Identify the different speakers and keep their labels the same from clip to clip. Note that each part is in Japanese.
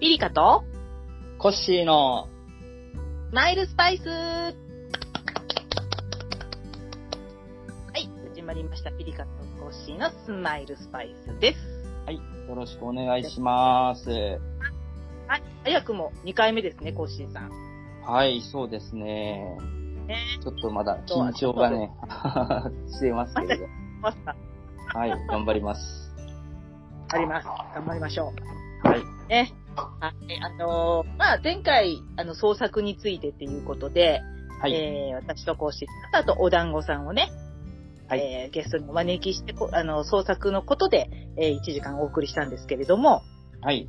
Speaker 1: リリカと、
Speaker 2: コッシーの、
Speaker 1: ナイルスパイスはい、始まりました。ピリカとコッシーのスマイルスパイスです。
Speaker 2: はい、よろしくお願いします。
Speaker 1: はい、早くも2回目ですね、コッシーさん。
Speaker 2: はい、そうですね。
Speaker 1: ね
Speaker 2: ちょっとまだ緊張がね、 してますけれ ど。
Speaker 1: マスター、
Speaker 2: はい、頑張ります。
Speaker 1: あります。頑張りましょ
Speaker 2: はい、
Speaker 1: う。ね。はい、あのーまあ、前回、あの、創作についてっていうことで、
Speaker 2: はい、
Speaker 1: えー私とコッシーさんと、あと、お団子さんをね、
Speaker 2: はい
Speaker 1: えーゲストにお招きして、こあの、創作のことで、え1時間お送りしたんですけれども、
Speaker 2: はい、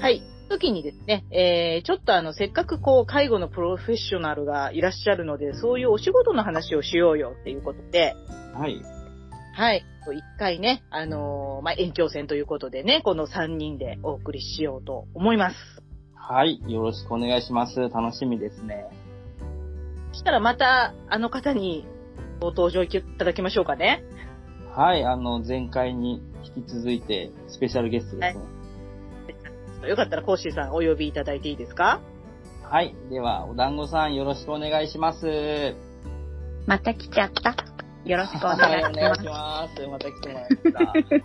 Speaker 1: はい。時にですね、えー、ちょっとあの、せっかくこう、介護のプロフェッショナルがいらっしゃるので、そういうお仕事の話をしようよっていうことで、
Speaker 2: はい、
Speaker 1: はい。一回ね、あのーまあ、延長戦ということでね、この3人でお送りしようと思います。
Speaker 2: はい、よろしくお願いします。楽しみですね。
Speaker 1: そしたらまた、あの方にご登場いただきましょうかね。
Speaker 2: はい、あの、前回に引き続いて、スペシャルゲストですね。
Speaker 1: よかったらコッシーさんお呼びいただいていいですか
Speaker 2: はい、では、お団子さん、よろしくお願いします。よ
Speaker 3: また来ちゃった。よろしくお
Speaker 2: お
Speaker 3: 願いし
Speaker 2: 願
Speaker 3: ま
Speaker 2: い
Speaker 3: す
Speaker 2: し。ます。また来てもらいま した。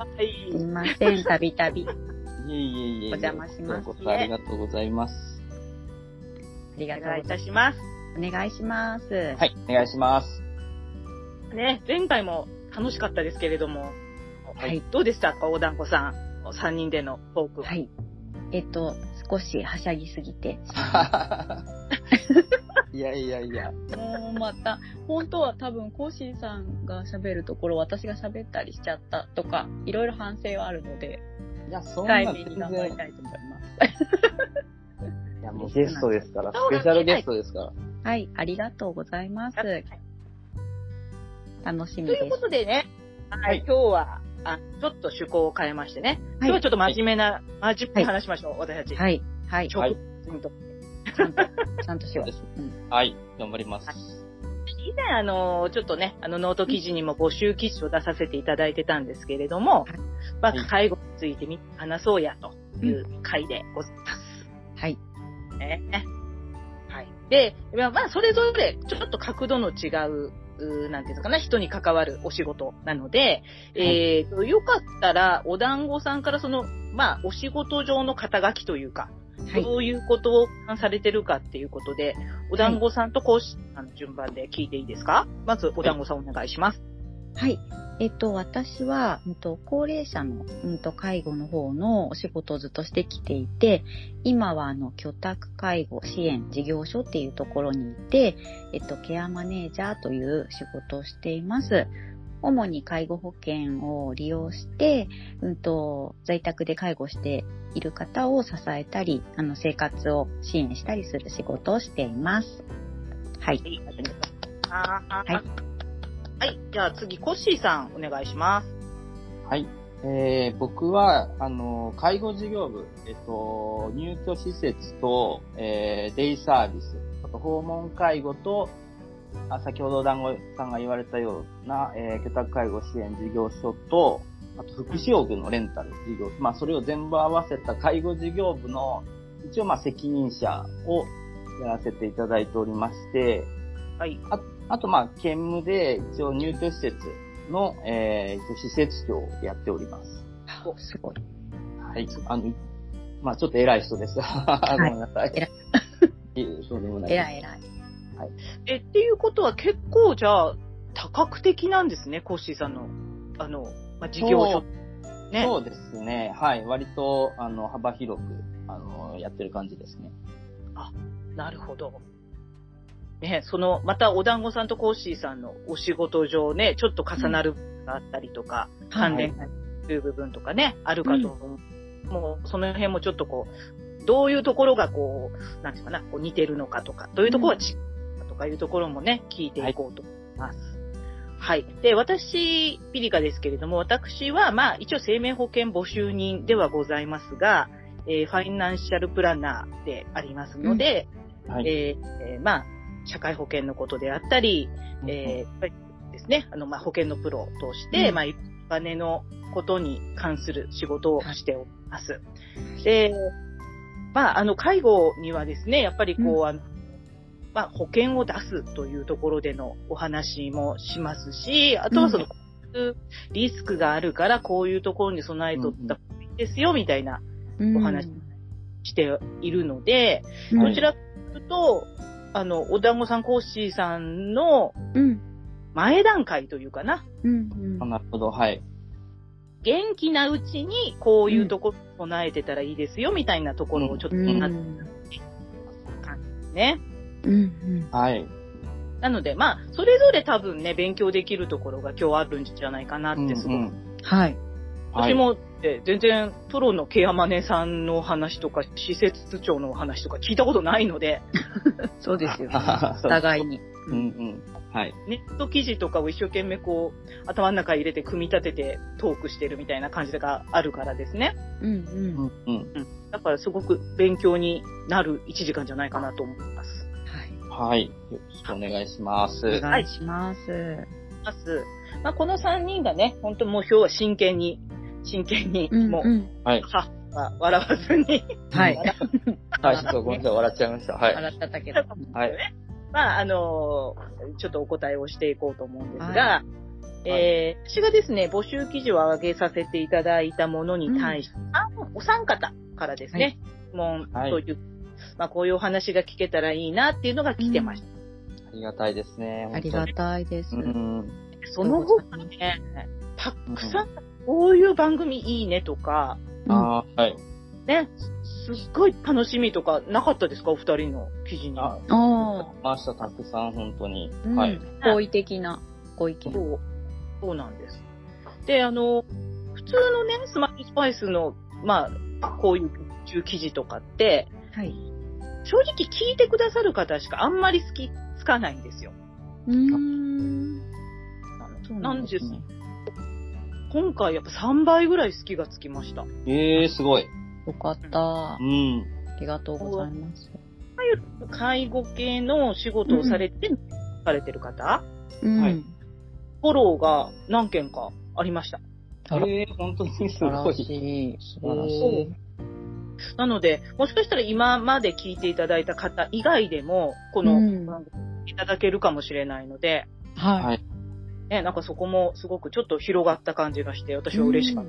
Speaker 1: はい
Speaker 3: すいません、たびたび。あ
Speaker 2: いえいえいえいえ。
Speaker 3: お邪魔します
Speaker 2: こちらこそありがとうございます。
Speaker 3: りが
Speaker 1: お
Speaker 3: とう
Speaker 1: 願いい
Speaker 3: ご
Speaker 1: た
Speaker 3: ざい
Speaker 1: します。
Speaker 3: ます。お願いします。
Speaker 2: はい、お願いします。
Speaker 1: ね、前回も楽しかったですけれども、
Speaker 3: はい
Speaker 1: どうでしたか、お団子さん、3人でのトーク。
Speaker 3: はい。えっと、少しはしゃぎすぎて。
Speaker 2: いやいやいや。
Speaker 3: もうまた、本当は多分、コーシーさんが喋るところ、私が喋ったりしちゃったとか、いろいろ反省はあるので、
Speaker 2: いや、そんな全然。
Speaker 3: いと思います。
Speaker 2: いや、もうゲストですから、スペシャルゲストですから。
Speaker 3: はい、ありがとうございます。楽しみ
Speaker 1: と
Speaker 3: で
Speaker 1: いうこ
Speaker 3: す。
Speaker 1: とでね、はい
Speaker 2: はい
Speaker 1: 今日はあ、ちょっと趣向を変えましてね、今日はちょっと真面目な、真面目に話しましょう、私たち。
Speaker 3: はい、はい、 ち
Speaker 1: 直
Speaker 2: はい
Speaker 1: 近と
Speaker 3: ゃんと、ちゃんとし
Speaker 2: そう
Speaker 3: よう。
Speaker 2: です
Speaker 3: ん
Speaker 2: はい、頑張ります。
Speaker 1: 以前、あの、ちょっとね、あの、ノート記事にも募集記事を出させていただいてたんですけれども、
Speaker 3: はい
Speaker 1: ま
Speaker 2: はい
Speaker 1: あ、介護についてみ話そうやという回でございます。
Speaker 3: はい、
Speaker 1: ね。はい。で、まあ、まあそれぞれちょっと角度の違う、うーなんていうのかな、人に関わるお仕事なので、えーと、よかったら、お団子さんからその、まあ、お仕事上の肩書きというか、
Speaker 3: はい、
Speaker 1: どういうことをされてるかっていうことで、お団子さんと講師さんの順番で聞いていいですかまず、お団子さんお願いします。
Speaker 3: はい。えっと、私は、うんと、高齢者の、うんと、介護の方のお仕事をずっとしてきていて、今は、あの、居宅介護支援事業所っていうところにいて、えっと、ケアマネージャーという仕事をしています。主に介護保険を利用して、うんと、在宅で介護している方を支えたり、あの、生活を支援したりする仕事をしています。はい。
Speaker 1: はい、ありがとうございます
Speaker 3: はい
Speaker 1: はい、じゃあ次、コッシーさんお願いします。
Speaker 2: はい。えー、僕は、あの、介護事業部、えっと、入居施設と、えー、デイサービス、あと訪問介護と、あ先ほど団子さんが言われたような、えー、居宅介護支援事業所と、あと福祉用具のレンタル事業所、まあ、それを全部合わせた介護事業部の、一応まあ責任者をやらせていただいておりまして、
Speaker 1: はい。
Speaker 2: あと、まあ、兼務で、一応入居施設の、えー、一応施設長をやっております。
Speaker 3: おすごい。
Speaker 2: はい。あの、まあ、ちょっと偉い人です。 ごめんなさい。
Speaker 3: 偉い
Speaker 2: いえ。そうでもない。
Speaker 3: えらいえらい。
Speaker 1: え、っていうことは結構じゃあ、多角的なんですね、コッシーさんの、あの、まあ、事業所。ね。
Speaker 2: そうですね。はい。割と、あの、幅広く、あの、やってる感じですね。
Speaker 1: なるほど。ね、その、またお団子さんとコッシーさんのお仕事上ね、ちょっと重なる部分があったりとか、関連という部分とかね、あるかと思う。もう、その辺もちょっとこう、どういうところがこう、なんていうかな、こう似てるのかとか、どういうところが違うのかとかいうところもね、聞いていこうと思います。はい。で、私、ピリカですけれども、私は、まあ、一応生命保険募集人ではございますが、えーファイナンシャルプランナーでありますので、
Speaker 2: はい。
Speaker 1: えーえーまあ、社会保険のことであったり、えーやっぱりですね、あの、まあ、保険のプロを通して、
Speaker 4: うん
Speaker 1: まあ、お金のことに関する仕事をしております。で、まあ、あの、介護にはですね、やっぱりこう、
Speaker 4: う
Speaker 1: あのまあ、保険を出すというところでのお話もしますし、あとはその、
Speaker 4: う
Speaker 1: こういうリスクがあるから、こういうところに備えとった方がいいですよ、みたいな、
Speaker 4: うん
Speaker 1: お話しているので、
Speaker 4: うん
Speaker 1: どちらかというと、あの、お団子さん、コッシーさんの
Speaker 4: うん。
Speaker 1: 前段階というかな、
Speaker 4: うん。うん
Speaker 2: なるほど、はい。
Speaker 1: 元気なうちにこういうとこ備えてたらいいですよ、みたいなところをちょっと
Speaker 4: う
Speaker 1: なっ
Speaker 4: ん。
Speaker 1: てね。
Speaker 4: うんうん。
Speaker 2: はい。
Speaker 1: なので、まあ、それぞれ多分ね、勉強できるところが今日あるんじゃないかなってすごく。
Speaker 2: うん
Speaker 4: はい。
Speaker 2: うんは
Speaker 1: 私
Speaker 2: い。
Speaker 1: も、え全然、プロのケアマネさんのお話とか、施設長のお話とか聞いたことないので、
Speaker 4: そうですよ。お
Speaker 2: お
Speaker 4: 互いに。
Speaker 2: うんうん。はい。
Speaker 1: ネット記事とかを一生懸命こう、頭の中入れて組み立ててトークしてるみたいな感じがあるからですね。
Speaker 4: うんう
Speaker 2: う
Speaker 4: ん。
Speaker 2: んうん。
Speaker 1: だからすごく勉強になる1時間じゃないかなと思います。
Speaker 4: はい。
Speaker 2: はい。よろしくお願いします。
Speaker 4: お願いします。
Speaker 1: まず、まあ、この3人がね、本当もう今日は真剣に、真剣に、
Speaker 4: うん
Speaker 1: もう、
Speaker 4: うん
Speaker 2: はい。
Speaker 1: は、まあ笑わずに、
Speaker 4: はい。
Speaker 2: はい、ちょっとごめんなさい、笑っちゃいました。はい。
Speaker 4: 笑っただけだ。
Speaker 2: はい。
Speaker 1: まあ、あのーちょっとお答えをしていこうと思うんですが、
Speaker 4: は
Speaker 1: えー私がですね、募集記事を上げさせていただいたものに対して、あお三方からですね、質問
Speaker 2: はい
Speaker 1: という、まあ、こういうお話が聞けたらいいなっていうのが来てました。
Speaker 2: ありがたいですね。
Speaker 4: ありがたいです。
Speaker 2: 本当にうん。
Speaker 1: その後がね、たくさん、こういう番組いいねとか、
Speaker 2: あーはい。
Speaker 1: ね、すすっごい楽しみとかなかったですかお二人の記事に。
Speaker 2: あ、
Speaker 4: あ
Speaker 2: ました、たくさん、本当に。
Speaker 4: あ、
Speaker 2: は
Speaker 4: はいい。。好意的なご意
Speaker 1: そ
Speaker 4: 見。
Speaker 1: う、そうなんです。で、あの、普通のね、スマイルスパイスの、まあ、こういう中記事とかって、
Speaker 4: はい。
Speaker 1: 正直聞いてくださる方しかあんまり好きつかないんですよ。
Speaker 4: うーん。そう
Speaker 1: な
Speaker 4: なんん
Speaker 1: で
Speaker 4: ですす
Speaker 1: ね。今回やっぱ3倍ぐらい好きがつきました。
Speaker 2: ええ、すごい。
Speaker 4: よかった。あ
Speaker 2: うん。
Speaker 4: りがとうございます。
Speaker 1: 介護系の仕事をされて、されてる方、
Speaker 4: うん。
Speaker 2: はい
Speaker 1: フォローが何件かありました。
Speaker 4: あら
Speaker 2: ええ、本当にす
Speaker 4: 素晴
Speaker 2: ご
Speaker 4: らし
Speaker 2: い。
Speaker 4: い。素
Speaker 2: 晴らしい
Speaker 4: 晴
Speaker 1: なので、もしかしたら今まで聞いていただいた方以外でも、こ
Speaker 4: う
Speaker 1: の
Speaker 4: ん
Speaker 1: 番組いただけるかもしれないので、
Speaker 4: はい。
Speaker 1: ね、なんかそこもすごくちょっと広がった感じがして、私は嬉しかっ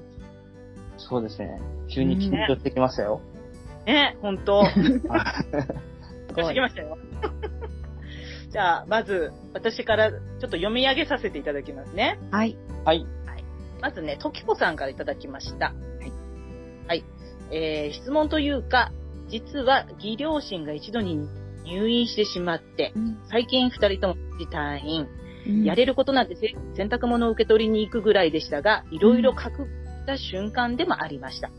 Speaker 2: そうですね。急に緊張してきましたよ。
Speaker 1: た。ね、本当
Speaker 4: す
Speaker 1: して
Speaker 4: ご
Speaker 1: き
Speaker 4: い。
Speaker 1: ましたよ。じゃあ、まず、私からちょっと読み上げさせていただきますね。
Speaker 4: はい。
Speaker 2: はい。
Speaker 1: まずね、ときこさんからいただきました。はい。えー、質問というか、実は義両親が一度に入院してしまって、最近二人とも退院。やれることなんてせ洗濯物を受け取りに行くぐらいでしたが、いろいろ覚悟した瞬間でもありました。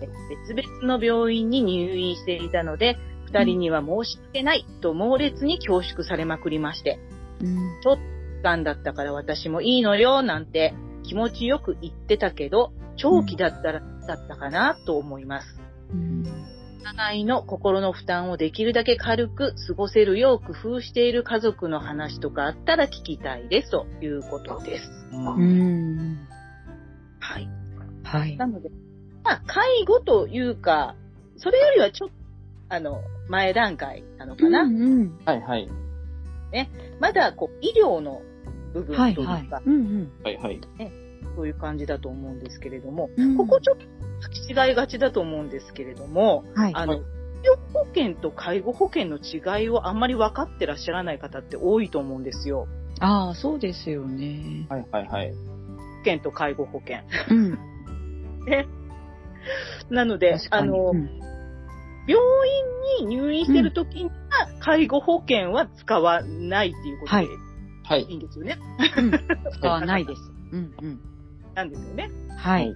Speaker 1: で別々の病院に入院していたので、二人には申し訳ないと猛烈に恐縮されまくりまして、
Speaker 4: うん。
Speaker 1: がんだったから私もいいのよなんて気持ちよく言ってたけど、長期だったら、だったかなと思います。
Speaker 4: うん。
Speaker 1: お互いの心の負担をできるだけ軽く過ごせるよう工夫している家族の話とかあったら聞きたいですということです。
Speaker 2: うん
Speaker 4: うん。
Speaker 1: はい。
Speaker 4: はい
Speaker 1: な。ので、まあ、介護というか、それよりはちょっと、あの、前段階なのかな。
Speaker 4: うん。
Speaker 2: はい、はい。
Speaker 1: まだ、こう、医療の部分
Speaker 4: はい。
Speaker 1: というか、
Speaker 4: はい。うん。
Speaker 2: はい、はい。
Speaker 1: そういう感じだと思うんですけれども、
Speaker 4: うん。
Speaker 1: ここちょっと履き違いがちだと思うんですけれども、
Speaker 4: はい。
Speaker 1: あ
Speaker 2: は
Speaker 1: の、
Speaker 2: い
Speaker 1: 医療保険と介護保険の違いをあんまり分かってらっしゃらない方って多いと思うんですよ。
Speaker 4: ああ、そうですよね。
Speaker 2: はい、はい、はい。
Speaker 1: 保険と介護保険。
Speaker 4: うん。
Speaker 1: なので、あの、
Speaker 4: うん
Speaker 1: 病院に入院してる時には、介護保険は使わないっていうこと
Speaker 4: は
Speaker 1: で
Speaker 4: い
Speaker 2: はいい。
Speaker 1: いんですよね。
Speaker 4: 使わないです。うんうん。
Speaker 1: なんですよね。
Speaker 4: はい。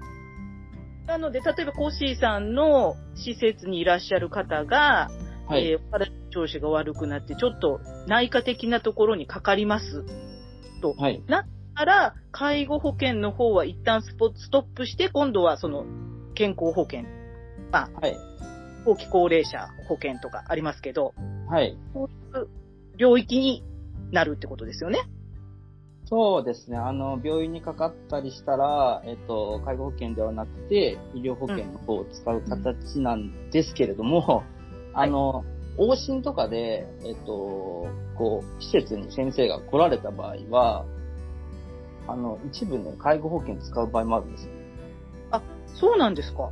Speaker 1: なので、例えばコッシーさんの施設にいらっしゃる方が、
Speaker 2: は
Speaker 1: え
Speaker 2: い。
Speaker 1: ーお体の調子が悪くなって、ちょっと内科的なところにかかります。
Speaker 2: はい。
Speaker 1: から、介護保険の方は一旦スポストップして、今度はその健康保険、
Speaker 2: はい。
Speaker 1: 後期高齢者保険とかありますけど、
Speaker 2: はい。
Speaker 1: そういう領域になるってことですよね。
Speaker 2: そうですね。あの、病院にかかったりしたら、えっと、介護保険ではなくて、医療保険の方を使う形なんですけれども、あの、往診とかで、えっと、こう、施設に先生が来られた場合は、あの、一部ね、介護保険使う場合もあるんですよ。
Speaker 1: そうなんですか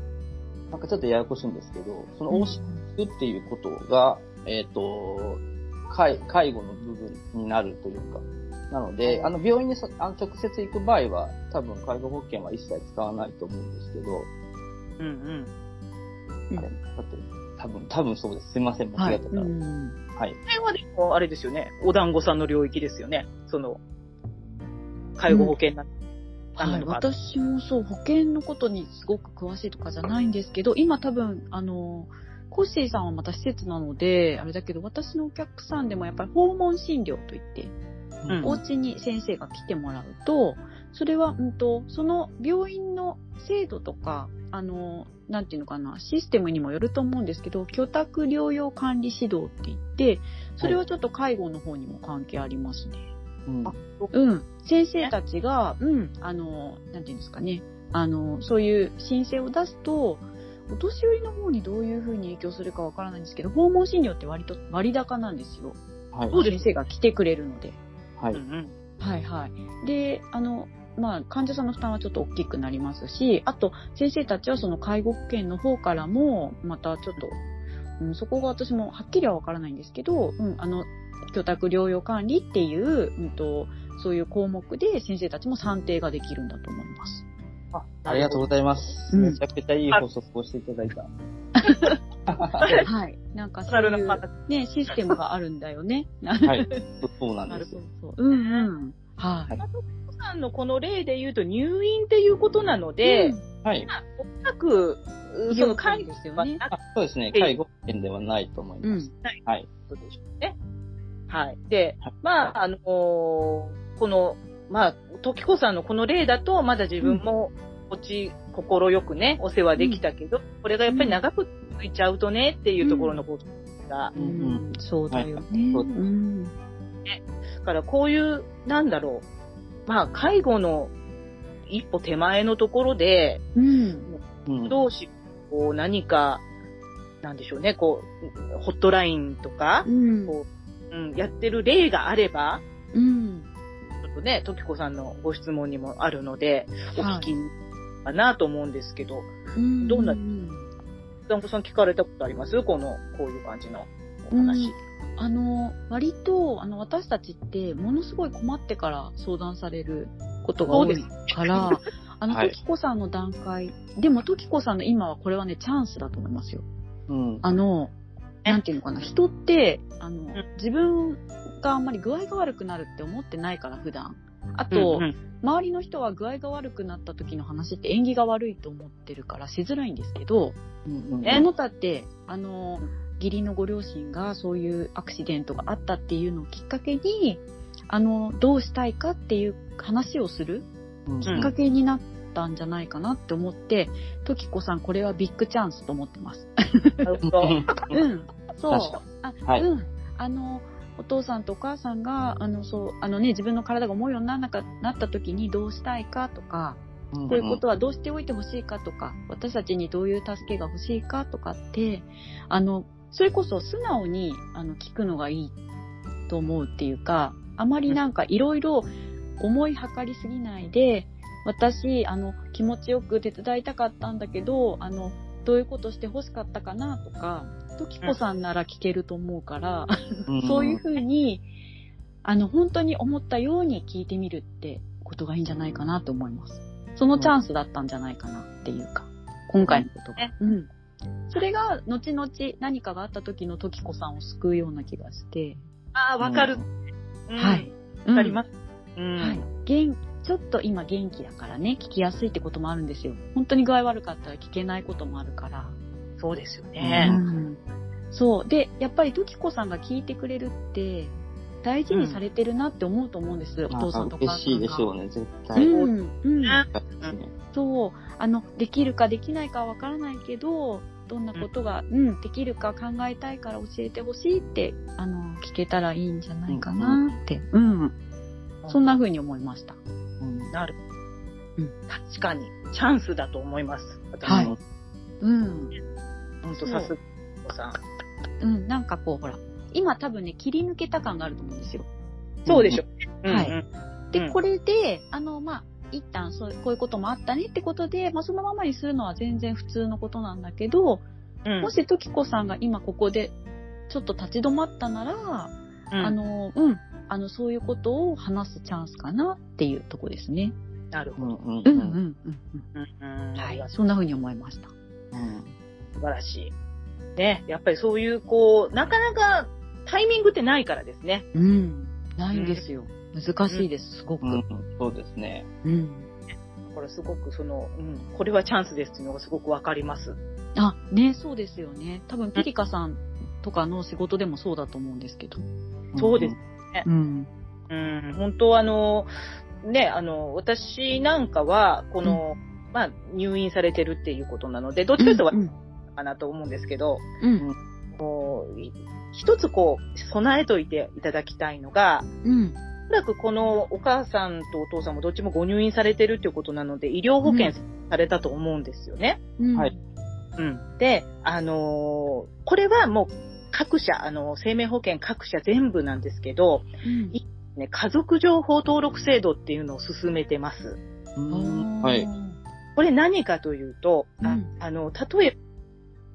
Speaker 2: なんかちょっとややこしいんですけど、その往診するっていうことが、えっと、介介護の部分になるというか、なので、あの、病院にそあの直接行く場合は、多分介護保険は一切使わないと思うんですけど、
Speaker 1: うんうん。
Speaker 3: うん
Speaker 2: あれだって、多分、多分そうです。すいません、間違えてた
Speaker 3: う
Speaker 2: ら。
Speaker 3: ん。
Speaker 2: はい。
Speaker 1: これはでも、あれですよね。お団子さんの領域ですよね。その、介護保険な、なん
Speaker 3: は、
Speaker 1: ないのか。
Speaker 3: 私もそう、保険のことにすごく詳しいとかじゃないんですけど、今多分、あの、コッシーさんはまた施設なので、あれだけど、私のお客さんでもやっぱり訪問診療といって、
Speaker 1: うん
Speaker 3: お家に先生が来てもらうと、それは、うんと、その病院の制度とか、あの、なんていうのかな、システムにもよると思うんですけど、居宅療養管理指導って言って、それはちょっと介護の方にも関係ありますね。
Speaker 2: うん
Speaker 1: あ
Speaker 3: うん。先生たちが、うん、あの、なんていうんですかね、あの、そういう申請を出すと、お年寄りの方にどういうふうに影響するかわからないんですけど、訪問診療って割と割高なんですよ。
Speaker 2: はい。
Speaker 1: そうです
Speaker 3: 先生が来てくれるので。
Speaker 2: はい。
Speaker 1: うんうん。
Speaker 3: はいはい。で、あの、まあ、患者さんの負担はちょっと大きくなりますし、あと、先生たちはその介護保険の方からも、またちょっと、うん、そこが私もはっきりはわからないんですけど、うん、あの、居宅療養管理っていう、うんと、そういう項目で先生たちも算定ができるんだと思います。
Speaker 1: あ
Speaker 2: ありがとうございます。
Speaker 3: うん
Speaker 2: めちゃくちゃいい補足をしていただいた。
Speaker 3: はい。なんかそういう
Speaker 1: なるほ、
Speaker 3: ね、システムがあるんだよ ね。
Speaker 2: はい。そうな
Speaker 1: なん
Speaker 2: で
Speaker 1: る
Speaker 2: す
Speaker 1: ほ
Speaker 2: よ
Speaker 1: ど。。
Speaker 3: うんうん。はい。
Speaker 1: お父さんのこの例で言うと入院っていうことなので、
Speaker 3: うん、
Speaker 2: はい。
Speaker 1: おそらく、うその介護
Speaker 3: ですよ
Speaker 1: は
Speaker 3: ね。
Speaker 1: な
Speaker 2: あそうですね。
Speaker 1: ええ
Speaker 2: 介護保険ではないと思います。はい。
Speaker 1: くでしょうね。はい。で
Speaker 2: はい、
Speaker 1: まあ、あのーこの、まあ、時子さんのこの例だと、まだ自分も、こっち、心よくね、お世話できたけど、これがやっぱり長く続いちゃうとね、っていうところのことが、
Speaker 3: う
Speaker 2: うん
Speaker 3: ん、そうだよね。
Speaker 2: はい
Speaker 3: うん。
Speaker 1: だからこういう、なんだろう、まあ、介護の一歩手前のところで、
Speaker 3: うん。
Speaker 2: うん
Speaker 1: 同士、こう、何か、なんでしょうね、こう、ホットラインとか
Speaker 3: う、ん
Speaker 1: こうん、やってる例があれば、
Speaker 3: うん。
Speaker 1: ちょっとね、ときこさんのご質問にもあるので、お
Speaker 3: はい
Speaker 1: 聞きかなと思うんですけど、
Speaker 3: うん
Speaker 1: どんな
Speaker 3: うん
Speaker 1: ダンコさん聞かれたことありますこの、こういう感じのお話。
Speaker 3: あの、割と、あの、私たちって、ものすごい困ってから相談されることが多いから、 あの、
Speaker 2: はい
Speaker 3: 時子さんの段階、でも時子さんの今はこれはね、チャンスだと思いますよ。
Speaker 2: うん。
Speaker 3: あの、
Speaker 1: え
Speaker 3: なんていうのかな、人って、あの
Speaker 1: ん、
Speaker 3: 自分があんまり具合が悪くなるって思ってないから、普段。あと、
Speaker 1: うんうん
Speaker 3: 周りの人は具合が悪くなった時の話って縁起が悪いと思ってるからしづらいんですけど、
Speaker 2: うんうん
Speaker 1: え
Speaker 3: あなたって、あの、義理のご両親がそういうアクシデントがあったっていうのをきっかけに、あの、どうしたいかっていう話をする
Speaker 2: うん
Speaker 3: きっかけになったんじゃないかなって思って、ときこさんこれはビッグチャンスと思っ てます。
Speaker 1: なるほど。
Speaker 3: うん。そう。
Speaker 2: 確か
Speaker 3: あ、
Speaker 2: はい
Speaker 3: うん。あの、お父さんとお母さんが、あの、そう、あのね、自分の体が思うようにならなかなった時にどうしたいかとか、
Speaker 2: うん
Speaker 3: こういうことはどうしておいてほしいかとか、私たちにどういう助けが欲しいかとかって、あの、それこそ素直にあの聞くのがいいと思うっていうか、あまりなんかいろいろ思いはかりすぎないで、私、あの、気持ちよく手伝いたかったんだけど、あの、どういうことして欲しかったかなとか、ときこさんなら聞けると思うから、
Speaker 2: ん
Speaker 3: そういうふうに、あの、本当に思ったように聞いてみるってことがいいんじゃないかなと思います。そのチャンスだったんじゃないかなっていうか、今回のことが。うん。それが、後々何かがあった時の時子さんを救うような気がして、
Speaker 1: ああ、わかる。うん
Speaker 3: はい。
Speaker 1: わかり
Speaker 3: す。
Speaker 1: ます。うん。
Speaker 3: はい。元ちょっと今元気だからね、聞きやすいってこともあるんですよ。本当に具合悪かったら聞けないこともあるから。
Speaker 1: そうですよ
Speaker 2: う
Speaker 1: ね。
Speaker 3: そう。で、やっぱり、ドキコさんが聞いてくれるって、大事にされてるなって思うと思うんです、お父さんとお
Speaker 2: 嬉
Speaker 3: 母さん
Speaker 2: し
Speaker 3: が。
Speaker 2: いでしょうね、絶
Speaker 3: う
Speaker 2: 対。
Speaker 3: ん、うん。
Speaker 2: ですね
Speaker 3: そう。あの、できるかできないかはわからないけど、どんなことが、うん、できるか考えたいから教えてほしいって、あの、聞けたらいいんじゃないかなって。うん。そんな風に思いました。
Speaker 2: うん
Speaker 1: なる。
Speaker 3: うん
Speaker 1: 確かに、チャンスだと思います。
Speaker 3: はい
Speaker 1: 本
Speaker 3: うん。
Speaker 1: 当さすがさん。
Speaker 3: うん。なんかこう、ほら、今多分ね、切り抜けた感があると思うんですよ。
Speaker 1: そうでしょ。
Speaker 3: んはい
Speaker 1: うんう
Speaker 3: で、
Speaker 1: ん
Speaker 3: これで、あの、まあ、一旦そうこういうこともあったねってことで、まあ、そのままにするのは全然普通のことなんだけど、
Speaker 1: うん
Speaker 3: もし時子さんが今ここでちょっと立ち止まったなら、
Speaker 1: うん
Speaker 3: あの、うん、あの、そういうことを話すチャンスかなっていうとこですね。
Speaker 1: なるほ
Speaker 2: う
Speaker 1: ど。
Speaker 2: んうんう
Speaker 3: う
Speaker 2: ん
Speaker 3: うん
Speaker 2: ん
Speaker 3: うん
Speaker 1: うんう
Speaker 3: うんん。
Speaker 1: あ
Speaker 3: は
Speaker 1: り
Speaker 3: い
Speaker 1: が。と
Speaker 3: そんな風に思いました。
Speaker 2: うん
Speaker 1: う素晴らしい。ね、やっぱりそういう、こう、なかなかタイミングってないからですね。
Speaker 3: うん。ないんですよ。難しいです、すごく。
Speaker 2: う
Speaker 3: うん
Speaker 2: ん。そうですね。。
Speaker 1: これすごくその、うん、これはチャンスですっていうのがすごくわかります。
Speaker 3: あ、ね、そうですよね。多分、ピリカさんとかの仕事でもそうだと思うんですけど。
Speaker 1: そうです。
Speaker 3: うん。
Speaker 1: うん、本当あの、ね、あの、私なんかは、この、まあ、入院されてるっていうことなので、どっちかというと
Speaker 3: うん
Speaker 1: 私かなと思うんですけど、
Speaker 3: うん。
Speaker 1: こうい一つこう、備えといていただきたいのが、
Speaker 3: うん。
Speaker 1: おそらくこのお母さんとお父さんもどっちもご入院されてるっていうことなので、医療保険されたと思うんですよね。
Speaker 3: うん。
Speaker 2: はい。
Speaker 1: うん。で、あのーこれはもう各社、あのー生命保険各社全部なんですけど、
Speaker 3: うん
Speaker 1: ね、家族情報登録制度っていうのを進めてます。
Speaker 2: うんはい。。
Speaker 1: これ何かというと、あ
Speaker 3: うん
Speaker 1: あの、例えば、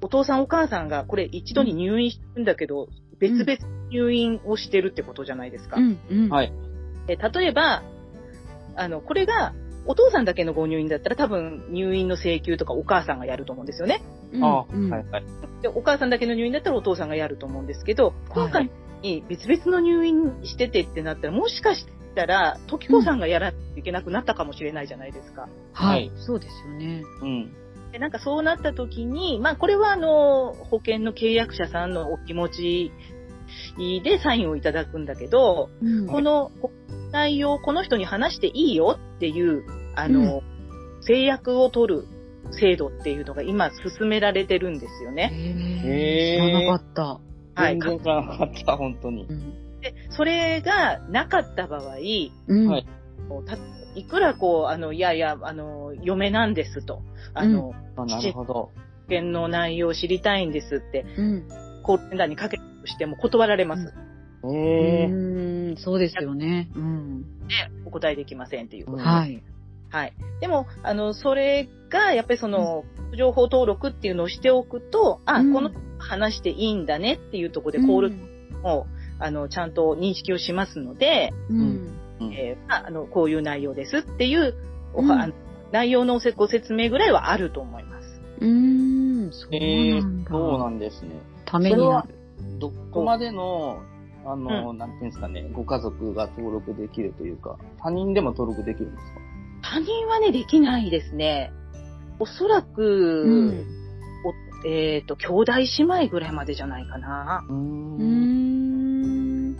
Speaker 1: お父さんお母さんがこれ一度に入院してるんだけど、別々に入院をしてるってことじゃないですか。
Speaker 3: うん。うん。
Speaker 2: はい
Speaker 1: で例えば、あの、これが、お父さんだけのご入院だったら多分入院の請求とかお母さんがやると思うんですよね。
Speaker 3: うん
Speaker 2: あは
Speaker 3: うん
Speaker 2: いはい。
Speaker 1: で、お母さんだけの入院だったらお父さんがやると思うんですけど、今回に別々の入院しててってなったら、もしかしたら、時子さんがやらなきゃいけなくなったかもしれないじゃないですか。
Speaker 3: は
Speaker 2: はいい。
Speaker 3: そうですよね。
Speaker 2: うん。
Speaker 1: で、なんかそうなった時に、まあこれはあの、保険の契約者さんのお気持ちでサインをいただくんだけど、
Speaker 3: うん
Speaker 1: この内容をこの人に話していいよっていう、あの、制約を取る制度っていうのが今進められてるんですよね。
Speaker 3: へー知らなかった。
Speaker 1: はい
Speaker 2: 全。然知らなかった、本当に
Speaker 3: う。ん。
Speaker 1: で、それがなかった場合、
Speaker 3: うん
Speaker 2: はい
Speaker 1: こうたいくらこう、あの、いやいや、あの、嫁なんですと、あの、
Speaker 2: あなるほど。
Speaker 1: 保険の内容を知りたいんですって、
Speaker 3: うん。
Speaker 1: コールセンターにかけたとしても断られます。
Speaker 3: うんう
Speaker 2: ええ。
Speaker 3: ーん。そうですよね。うん。
Speaker 1: お答えできませんっていうこと。
Speaker 3: はい。
Speaker 1: はい。でも、あの、それが、やっぱりその、情報登録っていうのをしておくと、あ、
Speaker 3: うん
Speaker 1: この話していいんだねっていうところで、コールも、あの、ちゃんと認識をしますので、
Speaker 3: うん。
Speaker 1: えーまあ、あの、こういう内容ですっていう、おは
Speaker 3: うん
Speaker 1: あの内容のご説明ぐらいはあると思います。
Speaker 3: うん。うーんそう
Speaker 2: ええ
Speaker 3: なんだ。
Speaker 2: そうなんですね。
Speaker 3: ためになる。
Speaker 2: どこまでの、あの、なんていうんですかね、ご家族が登録できるというか、他人でも登録できるんですか
Speaker 1: 他人はね、できないですね。おそらく、
Speaker 3: うん。
Speaker 1: おえっ、と、兄弟姉妹ぐらいまでじゃないかな。
Speaker 2: うー
Speaker 3: うー
Speaker 2: ん。
Speaker 3: ん。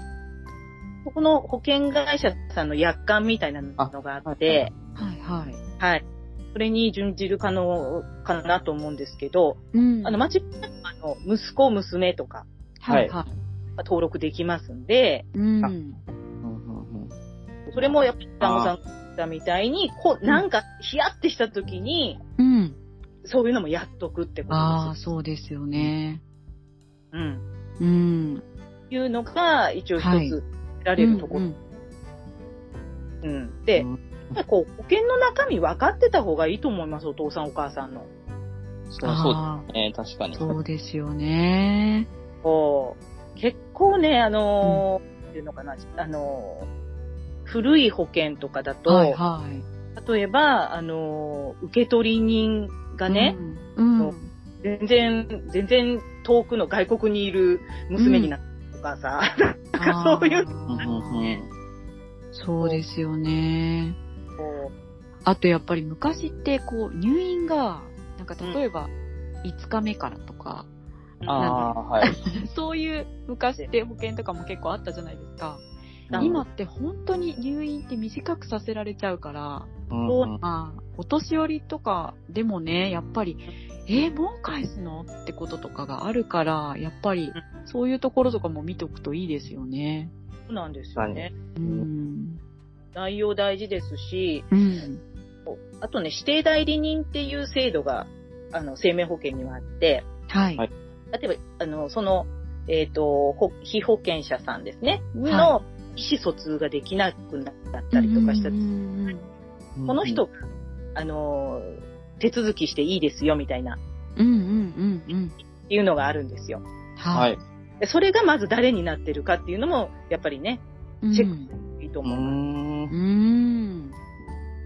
Speaker 1: ここの保険会社さんの約款みたいなのがあって、
Speaker 3: はいはい。
Speaker 1: はい。それに準じる可能かなと思うんですけど、
Speaker 3: うん
Speaker 1: あの、間違いなくあの、息子、娘とか
Speaker 3: はいは
Speaker 1: 登録できますんで、
Speaker 3: い。うん。
Speaker 2: うんうんうん
Speaker 1: それもやっぱり、団子さんが言ったみたいに、こう、なんか、ヒヤってした時に、
Speaker 3: うん。
Speaker 1: そういうのもやっとくってこと
Speaker 3: あ
Speaker 1: で
Speaker 3: あ、そうですよね。
Speaker 1: す。うん。
Speaker 3: うん。
Speaker 1: いうのが、一応一
Speaker 3: はい
Speaker 1: つ、得られるところ。
Speaker 3: うん
Speaker 1: うん、で、
Speaker 2: うん
Speaker 1: やっぱりこう、保険の中身分かってた方がいいと思います、お父さん、お母さんの。
Speaker 2: そうそう
Speaker 3: あ
Speaker 2: ですね、確か
Speaker 3: あ、
Speaker 2: に。
Speaker 3: そうですよね。
Speaker 1: こう結構ね、あのー、っていうのかな、あのー、古い保険とかだと、
Speaker 3: はいはい。
Speaker 1: 例えば、あのー、受取人がね、
Speaker 3: うん。う
Speaker 1: そ
Speaker 3: ん。
Speaker 1: 全然、全然遠くの外国にいる娘になったとかさ、なんかそういう
Speaker 2: うんうんうん
Speaker 3: そうですよね。
Speaker 1: こ
Speaker 3: あとやっぱり昔ってこう入院が、なんか例えば5日目からとか、
Speaker 1: う、
Speaker 2: あ
Speaker 1: なんか
Speaker 2: あ、はい。
Speaker 3: そういう昔って保険とかも結構あったじゃないですか。
Speaker 1: うん
Speaker 3: 今って本当に入院って短くさせられちゃうから、
Speaker 2: うん
Speaker 1: そう
Speaker 2: うん
Speaker 3: まあ、お年寄りとかでもね、やっぱり、えーもう返すのってこととかがあるから、やっぱり、そういうところとかも見ておくといいですよね。
Speaker 1: そうなんですよね。
Speaker 3: うん。
Speaker 1: 内容大事ですし、
Speaker 3: うん。
Speaker 1: あとね、指定代理人っていう制度が、あの、生命保険にはあって、
Speaker 3: はい。
Speaker 2: はい
Speaker 1: 例えば、あの、その、えっ、と、ほ被保険者さんですね、
Speaker 3: はい
Speaker 1: の意思疎通ができなくなったりとかした、
Speaker 3: うんうんうん
Speaker 1: この人、あの、手続きしていいですよみたいな、
Speaker 3: うんうんうんうん。
Speaker 1: いうのがあるんですよ。
Speaker 2: は
Speaker 3: はいい。。
Speaker 1: でそれがまず誰になってるかっていうのも、やっぱりね、チェックいいと
Speaker 2: う
Speaker 1: 思う。
Speaker 2: ん
Speaker 3: う。ん。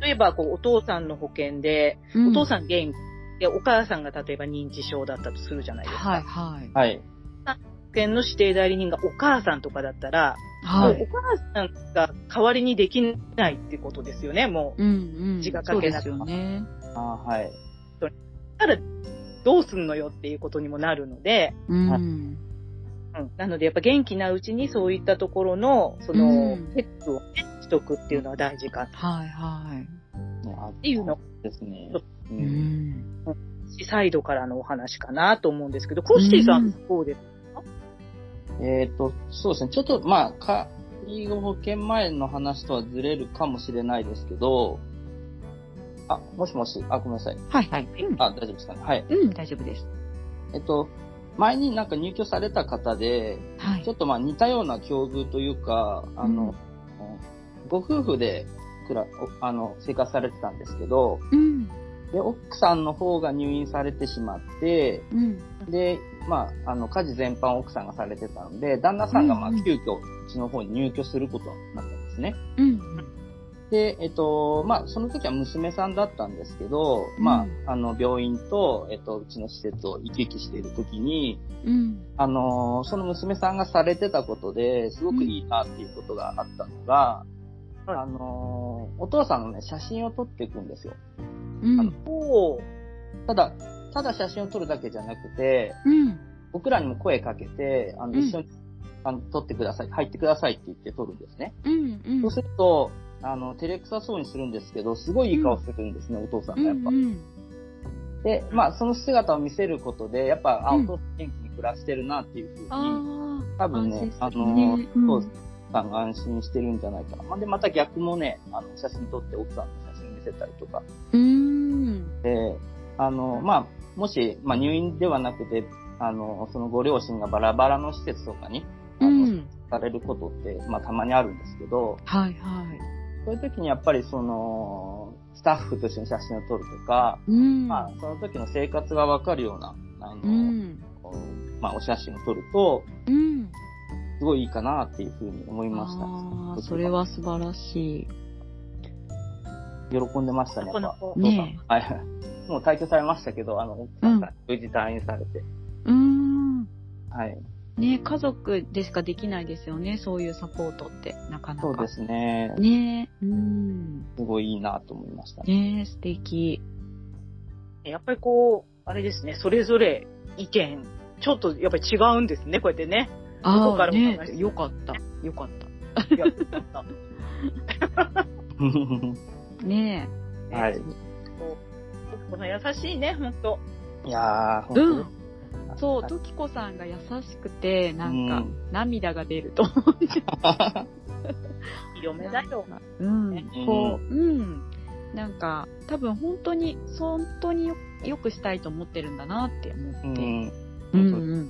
Speaker 1: 例えば、こう、お父さんの保険で、
Speaker 3: うん
Speaker 1: お父さん元気で、お母さんが例えば認知症だったとするじゃないですか。
Speaker 3: はいはい。
Speaker 2: はい。
Speaker 1: 保険の指定代理人がお母さんとかだったら、
Speaker 3: は
Speaker 1: もう
Speaker 3: い。
Speaker 1: お母さんが代わりにできないってことですよね、もう。
Speaker 3: うんうん。
Speaker 1: 字が書けなく
Speaker 3: そうですよね。
Speaker 2: あはい。
Speaker 1: ただ、どうすんのよっていうことにもなるので、
Speaker 3: うん。
Speaker 1: うん、なのでやっぱ元気なうちにそういったところの、その
Speaker 3: うん、
Speaker 1: チェックをね、しとくっていうのは大事かな
Speaker 3: はいは
Speaker 2: ねあって
Speaker 1: いうの
Speaker 2: ですね。う
Speaker 3: い。
Speaker 2: ん
Speaker 3: ん。
Speaker 1: し、サイドからのお話かなと思うんですけど、コッシーさ
Speaker 3: うん
Speaker 1: ん、そうです。
Speaker 2: えっ、と、そうですね。ちょっと、まあ、介護保険前の話とはずれるかもしれないですけど、あ、もしもし、あ、ごめんなさい。
Speaker 3: はいはい。うん
Speaker 2: あ、大丈夫ですかね。はい。
Speaker 3: うん、大丈夫です。
Speaker 2: えっと、前になんか入居された方で、
Speaker 3: はい
Speaker 2: ちょ。っとまあ似たような境遇というか、あの、ご夫婦でくらおあの生活されてたんですけど、
Speaker 3: うん。
Speaker 2: で、奥さんの方が入院されてしまって、
Speaker 3: うん。
Speaker 2: で、まあ、あの、家事全般を奥さんがされてたので、旦那さんがまあ
Speaker 3: うんうん
Speaker 2: 急遽うちの方に入居することになったんですね。
Speaker 3: うん。
Speaker 2: で、えっと、まあ、その時は娘さんだったんですけど、
Speaker 3: うん
Speaker 2: まあ、あの、病院と、えっと、うちの施設を行き来している時に、
Speaker 3: うん。
Speaker 2: あのーその娘さんがされてたことですごくいいなっていうことがあったのが、
Speaker 1: はい
Speaker 2: あのーお父さんのね、写真を撮っていくんですよ。
Speaker 3: うん。
Speaker 1: おー
Speaker 2: ただ、ただ写真を撮るだけじゃなくて、
Speaker 3: うん。
Speaker 2: 僕らにも声かけて、あ
Speaker 3: うん
Speaker 2: の、一緒に、あの、撮ってください、入ってくださいって言って撮るんですね。
Speaker 3: うん。うん。
Speaker 2: そうすると、あの、照れくさそうにするんですけど、すごいいい顔するんですね、お父さんがやっぱ。
Speaker 3: うん。
Speaker 2: で、まあ、その姿を見せることで、やっぱ、あ、
Speaker 3: う
Speaker 2: お
Speaker 3: ん
Speaker 2: 父さん元気に暮らしてるなっていうふうに、
Speaker 3: ああ。
Speaker 2: 多分ね、あ
Speaker 3: 安
Speaker 2: の
Speaker 3: 心するねうん
Speaker 2: そうさんが安心してるんじゃないかな。まあ、で、また逆もね、あの、写真撮って奥さんの写真見せたりとか。
Speaker 3: うん。
Speaker 2: で、あの、まあ、もし、まあ、入院ではなくて、あの、そのご両親がバラバラの施設とかに、あ
Speaker 3: う
Speaker 2: の、
Speaker 3: ん。
Speaker 2: されることって、まあ、たまにあるんですけど、
Speaker 3: はいはい。
Speaker 2: そういう時にやっぱりその、スタッフと一緒に写真を撮るとか、
Speaker 3: うん。
Speaker 2: まあ、その時の生活がわかるような、あの、
Speaker 3: うん。
Speaker 2: こうまあ、お写真を撮ると、
Speaker 3: うん。
Speaker 2: すごいいいかなっていうふうに思いました。
Speaker 3: ああ、それは素晴らし
Speaker 2: 喜んでましたね、やっ
Speaker 1: な
Speaker 2: ぱ
Speaker 1: かなか
Speaker 3: い。ねえ。
Speaker 2: はい。も う退去されましたけど、あの、奥さんが無事退院されて。
Speaker 3: うん。
Speaker 2: はい。
Speaker 3: ね家族でしかできないですよね、そういうサポートって、なかなか。
Speaker 2: そうですね。
Speaker 3: ねえ、うん。
Speaker 2: すごいいいなと思いましたね。
Speaker 3: ねえ、素敵。
Speaker 1: やっぱりこう、あれですね、それぞれ意見、ちょっとやっぱり違うんですね、こうやってね。
Speaker 3: あ
Speaker 1: こか
Speaker 3: あ、
Speaker 1: らも
Speaker 3: ね
Speaker 1: 話して
Speaker 3: え、よかった、よかっ
Speaker 1: いやよかった
Speaker 3: た。ね え。
Speaker 2: はい
Speaker 3: そう
Speaker 1: この優しいね、ほんと。
Speaker 2: いやー、本
Speaker 3: うん
Speaker 2: 当。
Speaker 3: そう、トキコさんが優しくて、なんか、
Speaker 2: うん
Speaker 3: 涙が出ると思
Speaker 1: いい嫁だよ。
Speaker 3: う。うん。こう、うん。なんか、多分本当に、本当によよくしたいと思ってるんだなって思って。
Speaker 2: うん。
Speaker 3: うんうん、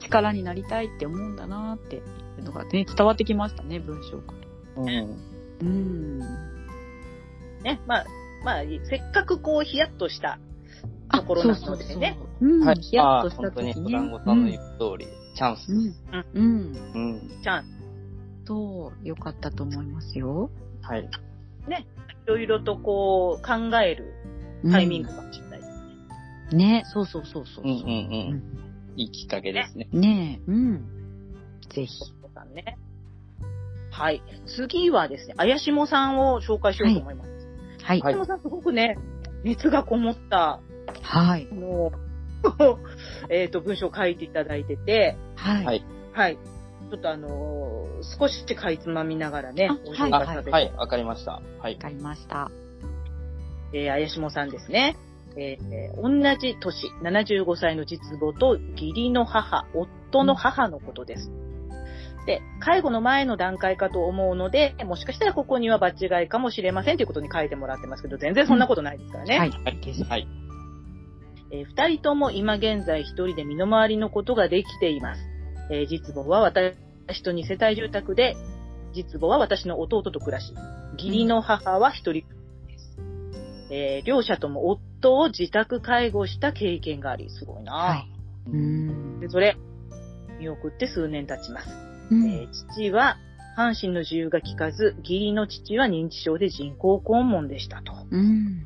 Speaker 3: 力になりたいって思うんだなーっていうのがね、伝わってきましたね、文章から。
Speaker 2: うん。
Speaker 3: うん。
Speaker 1: ね、まあ、まあ、せっかくこう、ヒヤッとしたところなのでね。
Speaker 3: そうそうそう。うん、
Speaker 2: はい。
Speaker 3: ヒヤッと
Speaker 2: あー
Speaker 3: した
Speaker 2: 本当に、
Speaker 3: 時
Speaker 2: お
Speaker 3: ね。
Speaker 2: 団子さんの言う通り、チャンス
Speaker 3: う
Speaker 2: です
Speaker 3: ん。。うん。
Speaker 2: うん。
Speaker 1: ちゃん、
Speaker 3: そう、よかったと思いますよ。
Speaker 2: はい。
Speaker 1: いろいろとこう、考えるタイミングかもしれない。
Speaker 3: うん。ね、そうそうそうそう
Speaker 2: うんう
Speaker 3: そう。
Speaker 2: んうん。いいきっかけですね。
Speaker 3: うんねえ、うん。ぜひ。
Speaker 1: お父さんね。はい。次はですね、あやしもさんを紹介しようと思います。
Speaker 3: はい。
Speaker 2: は
Speaker 1: あ
Speaker 2: い
Speaker 1: やしもさんすごくね、熱がこもった、
Speaker 3: はい
Speaker 1: あ。の、 えっと、文章を書いていただいてて、
Speaker 3: はい。
Speaker 2: はい
Speaker 1: はい。ちょっとあのー少しかいつまみながらね
Speaker 3: あ、
Speaker 1: お正
Speaker 3: は
Speaker 2: あ、
Speaker 1: 月
Speaker 3: い
Speaker 1: 食べて、
Speaker 2: はい。わかりました。はい
Speaker 3: わ。かりました。
Speaker 1: えー、あやしもさんですね。えーえー同じ年、75歳の実母と義理の母、夫の母のことです。って、介護の前の段階かと思うので、もしかしたらここには場違いかもしれませんということに書いてもらってますけど、全然そんなことないですからね。
Speaker 4: はい。
Speaker 2: はい。はい。
Speaker 1: えー二人とも今現在一人で身の回りのことができています。えー実母は私と二世帯住宅で、実母は私の弟と暮らし、義理の母は一人です。えー両者とも夫を自宅介護した経験があり、すごいな、
Speaker 4: はい。うーん。
Speaker 1: で、それ、見送って数年経ちます。
Speaker 4: う
Speaker 1: え
Speaker 4: ん
Speaker 1: ー父は、阪神の自由が利かず、義理の父は認知症で人工肛門でしたと。
Speaker 4: うん。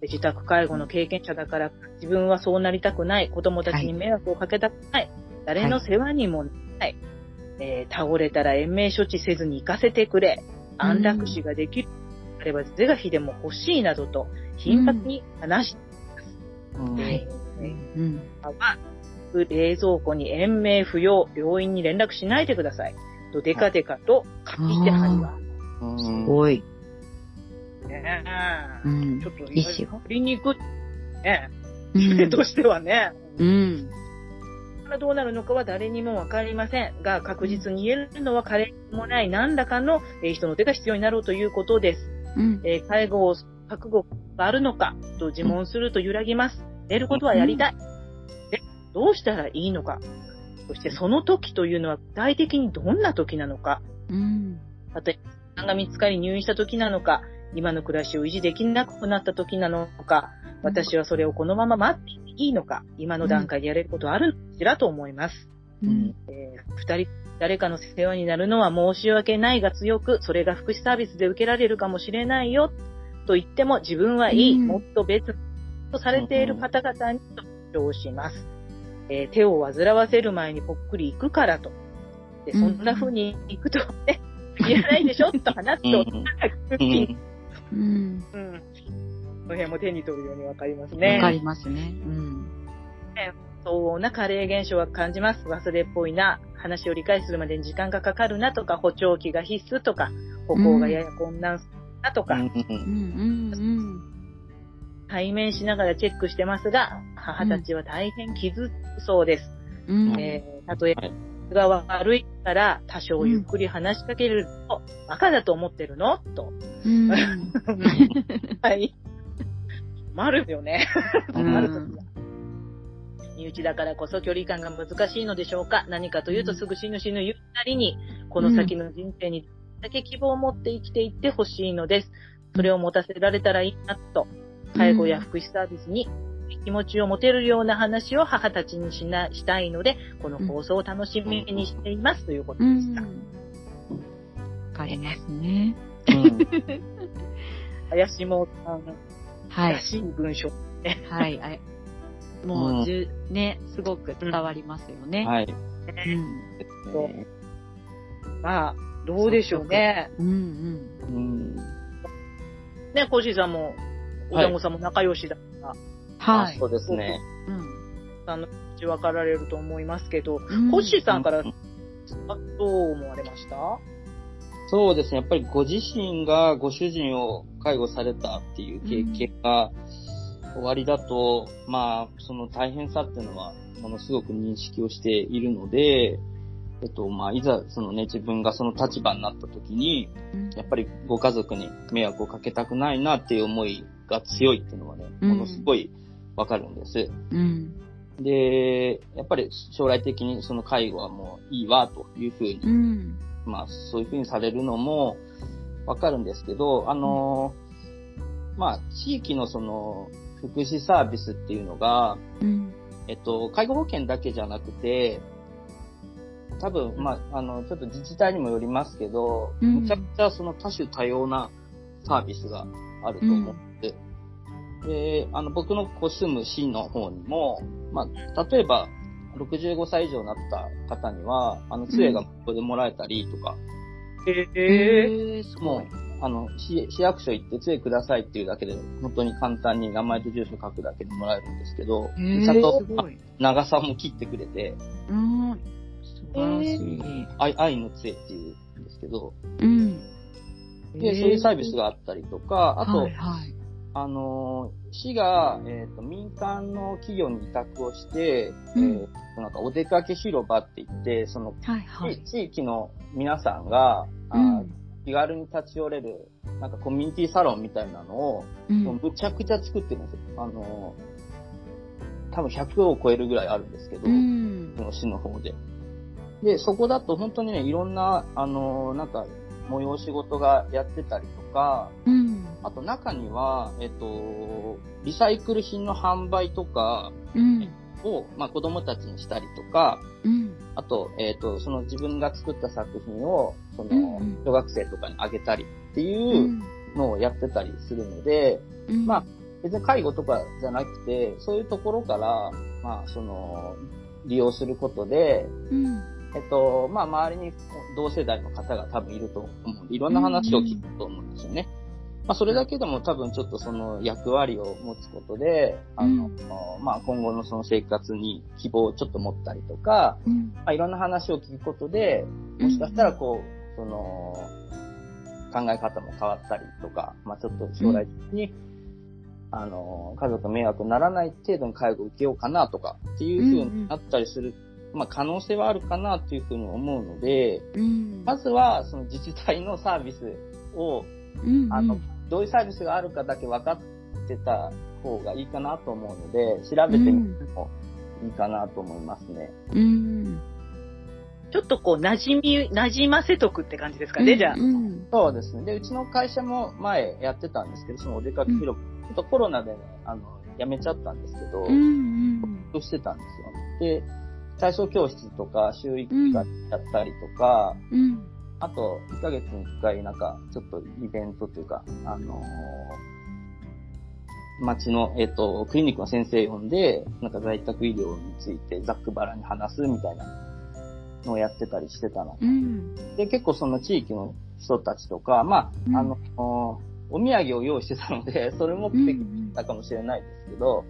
Speaker 1: で自宅介護の経験者だから、自分はそうなりたくない、子供たちに迷惑をかけたくない、誰の世話にもならない、えー倒れたら延命処置せずに行かせてくれ、安楽死ができる、あれば是が非でも欲しいなどと、頻繁に話して
Speaker 2: うん
Speaker 4: はい。うん。
Speaker 1: は、冷蔵庫に延命不要、病院に連絡しないでください。とデカデカと書き入ってはりま
Speaker 2: うん
Speaker 4: おい。
Speaker 1: すね。
Speaker 4: うん
Speaker 1: ちょ。っと、
Speaker 4: 医師が
Speaker 1: クリニック、ね、
Speaker 4: う
Speaker 1: 家
Speaker 4: ん。
Speaker 1: としてはね、
Speaker 4: うん。
Speaker 1: どうなるのかは誰にもわかりませんが、確実に言えるのは彼にもない何らかの、えー人の手が必要になろうということです。
Speaker 4: うん。
Speaker 1: えー介護を覚悟があるのかと自問すると揺らぎます。やることはやりたい。でどうしたらいいのか。そしてその時というのは具体的にどんな時なのか。
Speaker 4: うん。
Speaker 1: 例えば、が見つかり入院した時なのか、今の暮らしを維持できなくなった時なのか、私はそれをこのまま待っていいのか、今の段階でやれることはあるのかしらと思います。
Speaker 4: うん。
Speaker 1: 二人、誰かの世話になるのは申し訳ないが強く、それが福祉サービスで受けられるかもしれないよ、と言っても自分はいい、
Speaker 4: うん
Speaker 1: もっと別とされている方々に主張します。えー手を煩わせる前にぽっくり行くからと。で、
Speaker 4: うん
Speaker 1: そんな風に行くとね、 いらないでしょ、と話すと、
Speaker 2: うん
Speaker 4: うん。
Speaker 1: うん。この辺も手に取るようにわかりますね。
Speaker 4: わかりますね。うん。
Speaker 1: そうな加齢現象は感じます。忘れっぽいな。話を理解するまでに時間がかかるなとか、補聴器が必須とか、歩行がやや困難なとか、
Speaker 4: うん。うん。
Speaker 1: 対面しながらチェックしてますが、母たちは大変傷つくそうです。
Speaker 4: うん。うん。
Speaker 1: えー、例えば
Speaker 2: はい、
Speaker 1: が悪いから多少ゆっくり話しかけると、バカだと思ってるのと。
Speaker 4: うん。
Speaker 1: はい。困るよね。困る時は。身内だからこそ距離感が難しいのでしょうか何かというとすぐ死ぬ死ぬ言うなりに、この先の人生にだけ希望を持って生きていってほしいのです。それを持たせられたらいいなと、介護や福祉サービスに気持ちを持てるような話を母たちにしな、したいので、この放送を楽しみにしていますということ
Speaker 4: う
Speaker 1: でした。
Speaker 4: ん。わかりますね。
Speaker 1: 林もさん
Speaker 4: はい
Speaker 1: ら。しい文章。
Speaker 4: はい。あもう、じゅ、ね、すごく伝わりますよね。
Speaker 2: はい。
Speaker 4: うん。
Speaker 1: まあ、どうでしょうね。
Speaker 4: うん。
Speaker 2: うん
Speaker 1: ね、コーシーさんも、お団子さんも仲良しだから、
Speaker 4: うん。
Speaker 2: あ
Speaker 4: はい
Speaker 2: そ。うですね。
Speaker 4: うん。
Speaker 1: さんの口分かられると思いますけど、
Speaker 4: うん
Speaker 1: コッシーさんから、
Speaker 2: う
Speaker 1: あどう思われました
Speaker 2: そうですね。やっぱりご自身がご主人を介護されたっていう経験が終わりだと、まあ、その大変さっていうのは、ものすごく認識をしているので、えっと、まあ、いざ、そのね、自分がその立場になった時に、
Speaker 4: うん
Speaker 2: やっぱりご家族に迷惑をかけたくないなっていう思いが強いっていうのはね、
Speaker 4: うん
Speaker 2: ものすごいわかるんです。
Speaker 4: うん。
Speaker 2: で、やっぱり将来的にその介護はもういいわというふうに
Speaker 4: うん。
Speaker 2: まあ、そういうふうにされるのもわかるんですけど、あのーまあ、地域のその、福祉サービスっていうのが、
Speaker 4: うん。
Speaker 2: えっと、介護保険だけじゃなくて、多分、まあ、あの、ちょっと自治体にもよりますけど、
Speaker 4: うん
Speaker 2: むちゃくちゃその多種多様なサービスがあると思って、で、あの、僕のこう住む市の方にも、まあ、例えば、65歳以上になった方には、あの、杖がここでもらえたりとか、
Speaker 1: え
Speaker 4: ー、す
Speaker 2: もう。、あの、市市役所行って杖くださいっていうだけで、本当に簡単に名前と住所書くだけでもらえるんですけど、
Speaker 4: へー
Speaker 2: ちゃんと
Speaker 4: すごい。
Speaker 2: 長さも切ってくれて、
Speaker 4: うん。素晴らしい。
Speaker 2: 愛愛の杖っていうんですけど、
Speaker 4: うん。
Speaker 2: で、そういうサービスがあったりとか、あと、
Speaker 4: はいはい。
Speaker 2: あの、市が、えっ、と、民間の企業に委託をして、
Speaker 4: うん
Speaker 2: えーとなんかお出かけ広場って言って、その、
Speaker 4: はいはい。
Speaker 2: 地域の皆さんが、あ
Speaker 4: う
Speaker 2: ー
Speaker 4: ん。
Speaker 2: 気軽に立ち寄れる、なんかコミュニティサロンみたいなのを、
Speaker 4: う。
Speaker 2: もうんむちゃくちゃ作ってるんですよ。あの、多分100を超えるぐらいあるんですけど、
Speaker 4: うん。
Speaker 2: その市の方で。で、そこだと本当にね、いろんな、あの、なんか、催し事がやってたりとか、
Speaker 4: うん。
Speaker 2: あと中には、えっと、リサイクル品の販売とか
Speaker 4: うん。
Speaker 2: を、まあ子供たちにしたりとか、
Speaker 4: うん。
Speaker 2: あと、えっと、その自分が作った作品を、そ
Speaker 4: うん
Speaker 2: の
Speaker 4: うん、
Speaker 2: 小学生とかにあげたりって
Speaker 4: う。
Speaker 2: いうんのをやってたりするので、
Speaker 4: うん。
Speaker 2: まあ別に介護とかじゃなくて、そういうところから、まあその、利用することで、
Speaker 4: うん。
Speaker 2: えっと、まあ、周りに同世代の方が多分いると思うんで、いろんな話を聞くと思うんですよね。まあ、それだけでも多分ちょっとその役割を持つことで、あ
Speaker 4: う
Speaker 2: の、
Speaker 4: ん
Speaker 2: まあ、今後のその生活に希望をちょっと持ったりとか、
Speaker 4: うん。
Speaker 2: まあ、いろんな話を聞くことで、もしかしたらこう、その、考え方も変わったりとか、まあ、ちょっと将来的に、あの、家族迷惑にならない程度の介護を受けようかなとかっていうふうになったりする、まあ、可能性はあるかなっていうふうに思うので、
Speaker 4: うん。
Speaker 2: まずは、その自治体のサービスを、
Speaker 4: うん、
Speaker 2: あの、どういうサービスがあるかだけ分かってた方がいいかなと思うので、調べてみてもいいかなと思いますね。
Speaker 4: うん。
Speaker 1: ちょっとこう、馴染み、馴染ませとくって感じですか
Speaker 4: うん。
Speaker 1: ね、じゃあ
Speaker 4: う。ん。
Speaker 2: そうですね。で、うちの会社も前やってたんですけど、そのお出かけ広場、ちょっとコロナでね、あの、やめちゃったんですけど、
Speaker 4: うん。うん。
Speaker 2: 復帰してたんですよ。で、体操教室とか、週1回やったりとか、
Speaker 4: うん。
Speaker 2: あと、1ヶ月に1回、なんか、ちょっとイベントというか、あのー町の、えっ、と、クリニックの先生呼んで、なんか在宅医療についてざっくばらに話すみたいなのをやってたりしてたの
Speaker 4: うん。
Speaker 2: で、結構その地域の人たちとか、ま
Speaker 4: うん
Speaker 2: あ、あの、おお土産を用意してたので、 それも目的だったかもしれないですけど、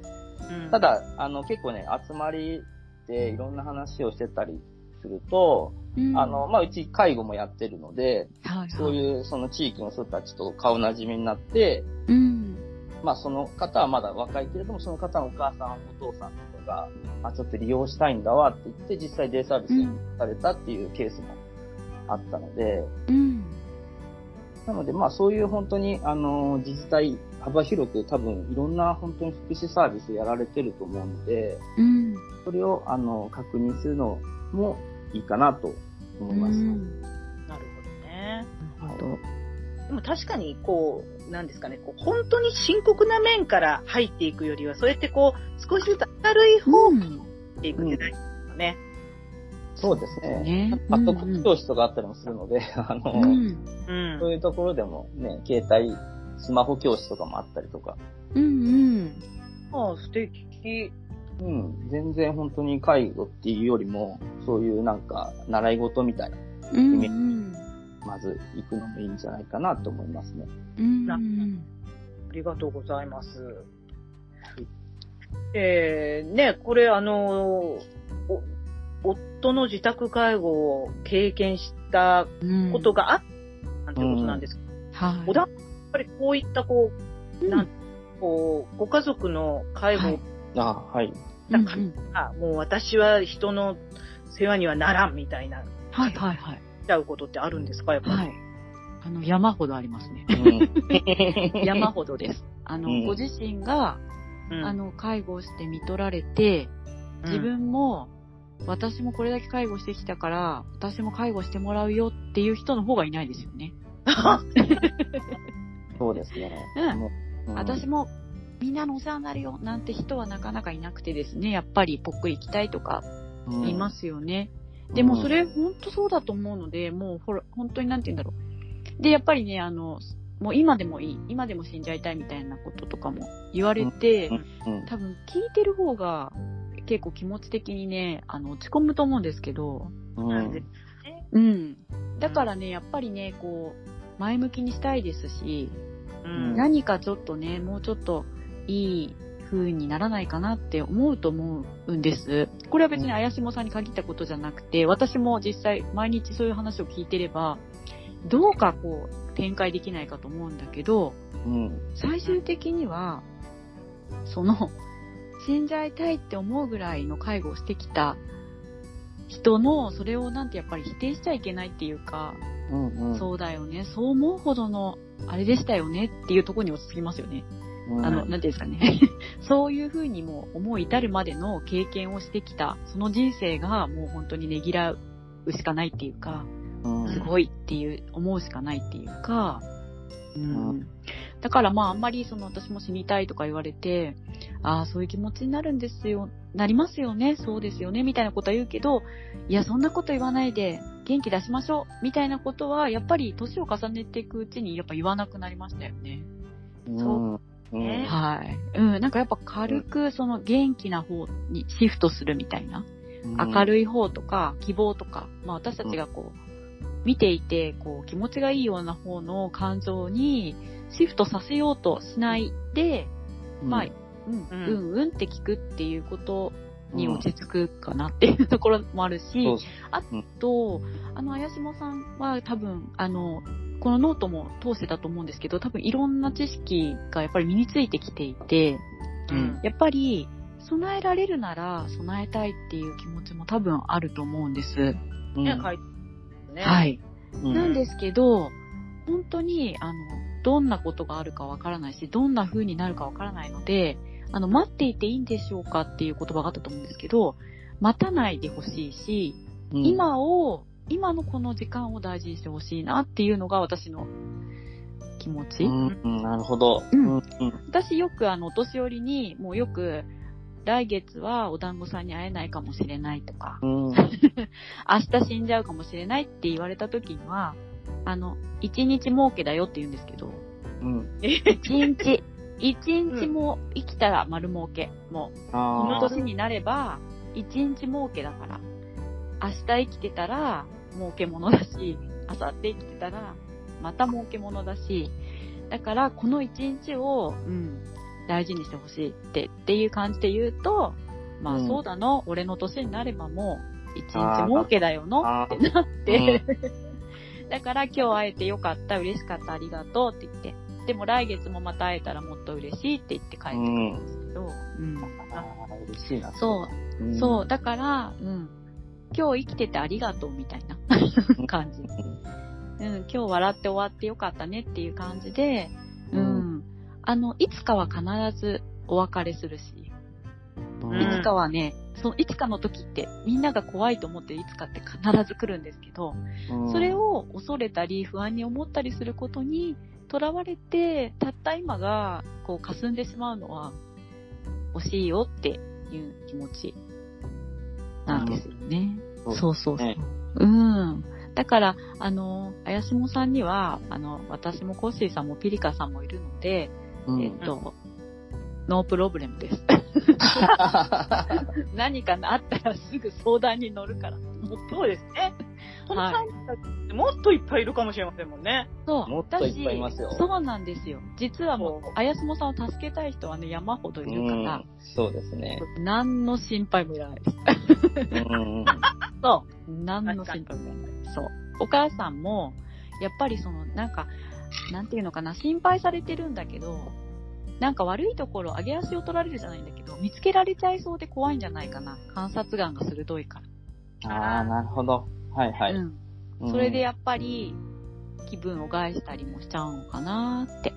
Speaker 1: うん
Speaker 2: た、だ、あの、結構ね、集まりでいろんな話をしてたりすると、あの、、まあ、うち介護もやってるので、
Speaker 4: はい。
Speaker 2: そう
Speaker 4: う。
Speaker 2: いうその地域の人たちと顔なじみになって、
Speaker 4: うん。
Speaker 2: まあ、その方はまだ若いけれども、その方のお母さん、お父さんとかが、あ、ちょっと利用したいんだわって言って、実際デイサービスにされたっていうケースもあったので、
Speaker 4: うん。
Speaker 2: なので、まあ、そういう本当に、あの、自治体、幅広く多分、いろんな本当に福祉サービスやられてると思うので、
Speaker 4: うん。
Speaker 2: それを、あの、確認するのもいいかなと思います。
Speaker 1: なるほどね。
Speaker 2: はい
Speaker 1: でも確かに、こう、なんですかね、こう、本当に深刻な面から入っていくよりは、そうやってこう、少しずつ明るい方に入っていくって大事ですよね。
Speaker 2: そうですね。
Speaker 4: ね。
Speaker 2: パッと教室とかあったりもするので、あの、
Speaker 4: うん。
Speaker 1: うん。
Speaker 2: そういうところでもね、携帯、スマホ教室とかもあったりとか、
Speaker 4: うん。
Speaker 1: ああ、素敵。
Speaker 2: うん、全然本当に介護っていうよりも、そういうなんか、習い事みたいな、
Speaker 4: うん。うん。
Speaker 2: まず行くのもいいんじゃないかなと思いますね。
Speaker 4: うん。
Speaker 1: ありがとうございます。えー、ね、これあのーお、夫の自宅介護を経験した
Speaker 4: うん。
Speaker 1: ことがあったなんてことなんですけど、
Speaker 4: はい。
Speaker 1: 小田、やっぱりこういったこう、
Speaker 4: うん
Speaker 1: なんこう、ご家族の介護
Speaker 2: あはい。
Speaker 4: うん
Speaker 1: が、もう私は人の世話にはならんみたいな、
Speaker 3: はいはいはい。
Speaker 1: しちゃうことってあるんですか、やっぱり。
Speaker 3: はい。あの、山ほどありますね。
Speaker 2: うん
Speaker 3: 山ほ どです。あの、
Speaker 2: うん
Speaker 3: ご自身が、
Speaker 1: うん
Speaker 3: あ、の、介護をして見取られて、
Speaker 1: うん
Speaker 3: 自、分も、私もこれだけ介護してきたから、私も介護してもらうよっていう人の方がいないですよね。
Speaker 2: そうですね。
Speaker 3: うん
Speaker 2: もう
Speaker 3: 私
Speaker 2: も。
Speaker 3: も、みんなのお世話になるよなんて人はなかなかいなくてですね、やっぱりぽっくり行きたいとか
Speaker 2: うん
Speaker 3: いますよね。でもそ、れ本当そうだと思うので、もうほら、本当になんて言うんだろう。で、やっぱりね、あの、もう今でもいい、今でも死んじゃいたいみたいなこととかも言われて、
Speaker 2: うんうん
Speaker 3: 多分聞いてる方が結構気持ち的にね、あの、落ち込むと思うんですけど、
Speaker 2: うん
Speaker 1: うん
Speaker 3: うん。だからね、やっぱりね、こう、前向きにしたいですし、
Speaker 1: うん
Speaker 3: 何かちょっとね、もうちょっといい風にならないかなって思うと思うんです。これは別に怪しもさんに限ったことじゃなくて、私も実際毎日そういう話を聞いてれば、どうかこう展開できないかと思うんだけど、
Speaker 2: うん。
Speaker 3: 最終的には、その、死んじゃいたいって思うぐらいの介護をしてきた人の、それをなんてやっぱり否定しちゃいけないっていうか、
Speaker 2: うんうん。
Speaker 3: そうだよね、そう思うほどの、あれでしたよねっていうところに落ち着きますよね。
Speaker 2: うん
Speaker 3: あの、なんていうんですかね。 そういうふうにもう思い至るまでの経験をしてきた、その人生がもう本当にねぎらうしかないっていうか、
Speaker 2: うん
Speaker 3: すごいっていう、思うしかないっていうか、う。
Speaker 2: うん
Speaker 3: だからまああんまりその私も死にたいとか言われて、ああ、そういう気持ちになるんですよ、なりますよね、そうですよね、みたいなことは言うけど、いや、そんなこと言わないで、元気出しましょう、みたいなことは、やっぱり年を重ねていくうちに、やっぱ言わなくなりましたよね。
Speaker 2: うん。うん
Speaker 1: ね
Speaker 3: はい。うん、なんかやっぱ軽くその元気な方にシフトするみたいな、明るい方とか希望とか、まあ私たちがこう、見ていて、こう気持ちがいいような方の感情にシフトさせようとしないで、
Speaker 2: うん
Speaker 3: まあ、うん、
Speaker 1: うん
Speaker 3: うん、うんって聞くっていうことに落ち着くかなっていうところもあるし、
Speaker 2: そう
Speaker 3: と、あの、綾島さんは多分、あの、このノートも通してたと思うんですけど、多分いろんな知識がやっぱり身についてきていて、
Speaker 1: うん
Speaker 3: やっぱり備えられるなら備えたいっていう気持ちも多分あると思うんです。
Speaker 2: うん
Speaker 1: ね、書いてね。。
Speaker 3: はいい。
Speaker 2: うん
Speaker 3: なんですけど、本当に、あの、どんなことがあるかわからないし、どんな風になるかわからないので、あの、待っていていいんでしょうかっていう言葉があったと思うんですけど、待たないでほしいし、
Speaker 2: うん
Speaker 3: 今を、今のこの時間を大事にしてほしいなっていうのが私の気持ち。
Speaker 2: うんうん、なるほど。
Speaker 3: うん
Speaker 2: うん
Speaker 3: 私よくあの、お年寄りに、もうよく、来月はお団子さんに会えないかもしれないとか、
Speaker 2: うん。うん
Speaker 3: 明日死んじゃうかもしれないって言われた時には、あの、一日儲けだよって言うんですけど、
Speaker 2: うん。
Speaker 3: 一日、一日も生きたら丸儲け。もう、この
Speaker 2: あ
Speaker 3: 年になれば、一日儲けだから。明日生きてたら、儲け者だし、明後日生きてたら、また儲け者だし、だから、この一日を、うん、大事にしてほしいって、っていう感じで言うと、まあ、
Speaker 2: うん
Speaker 3: そうだの、俺の年になればもう、一日儲けだよの、
Speaker 2: あー
Speaker 3: ってなって、だから今日会えてよかった、嬉しかった、ありがとうって言って、でも来月もまた会えたらもっと嬉しいって言って帰ってくるんですけど、うん
Speaker 2: あー嬉しいな。
Speaker 3: そうう、
Speaker 2: ん
Speaker 3: そう、だから、うん、今日生きててありがとうみたいな感じ。うん、今日笑って終わってよかったねっていう感じで、う
Speaker 2: うん
Speaker 3: ん、あの、いつかは必ずお別れするし、
Speaker 2: うん。
Speaker 3: いつかはね、そのいつかの時ってみんなが怖いと思ってるいつかって必ず来るんですけど、 それ
Speaker 2: を、
Speaker 3: を恐れたり不安に思ったりすることにとらわれて、たった今がこう霞んでしまうのは惜しいよっていう気持ちなんですよね。
Speaker 2: うん
Speaker 3: そうそうそう。
Speaker 2: ね
Speaker 3: うん。だから、あの、あやしもさんには、あの、私もコッシーさんもピリカさんもいるので、
Speaker 2: うん
Speaker 3: えっと、ノープロブレムです。 何かあったらすぐ相談に乗るから。もう
Speaker 1: そうですね。この
Speaker 3: は
Speaker 1: 3人たちもっといっぱいいるかもしれませんもんね。
Speaker 3: そう。
Speaker 2: もっといっぱいいますよ
Speaker 3: 私そうなんですよ。実はもう
Speaker 1: そ、う
Speaker 3: あやすもさんを助けたい人はね、山ほどいるから、
Speaker 2: そうですね。
Speaker 3: 何の心配もいらないです。
Speaker 2: うん
Speaker 3: そう。何の心配もいらない。そう。お母さんも、やっぱりその、なんか、なんていうのかな、心配されてるんだけど、なんか悪いところ、上げ足を取られるじゃないんだけど、見つけられちゃいそうで怖いんじゃないかな。観察眼が鋭いか
Speaker 2: ああ、なるほど。はいは
Speaker 3: ら。
Speaker 2: い。
Speaker 3: うん。それでやっぱり、気分を害したりもしちゃうのかなーって。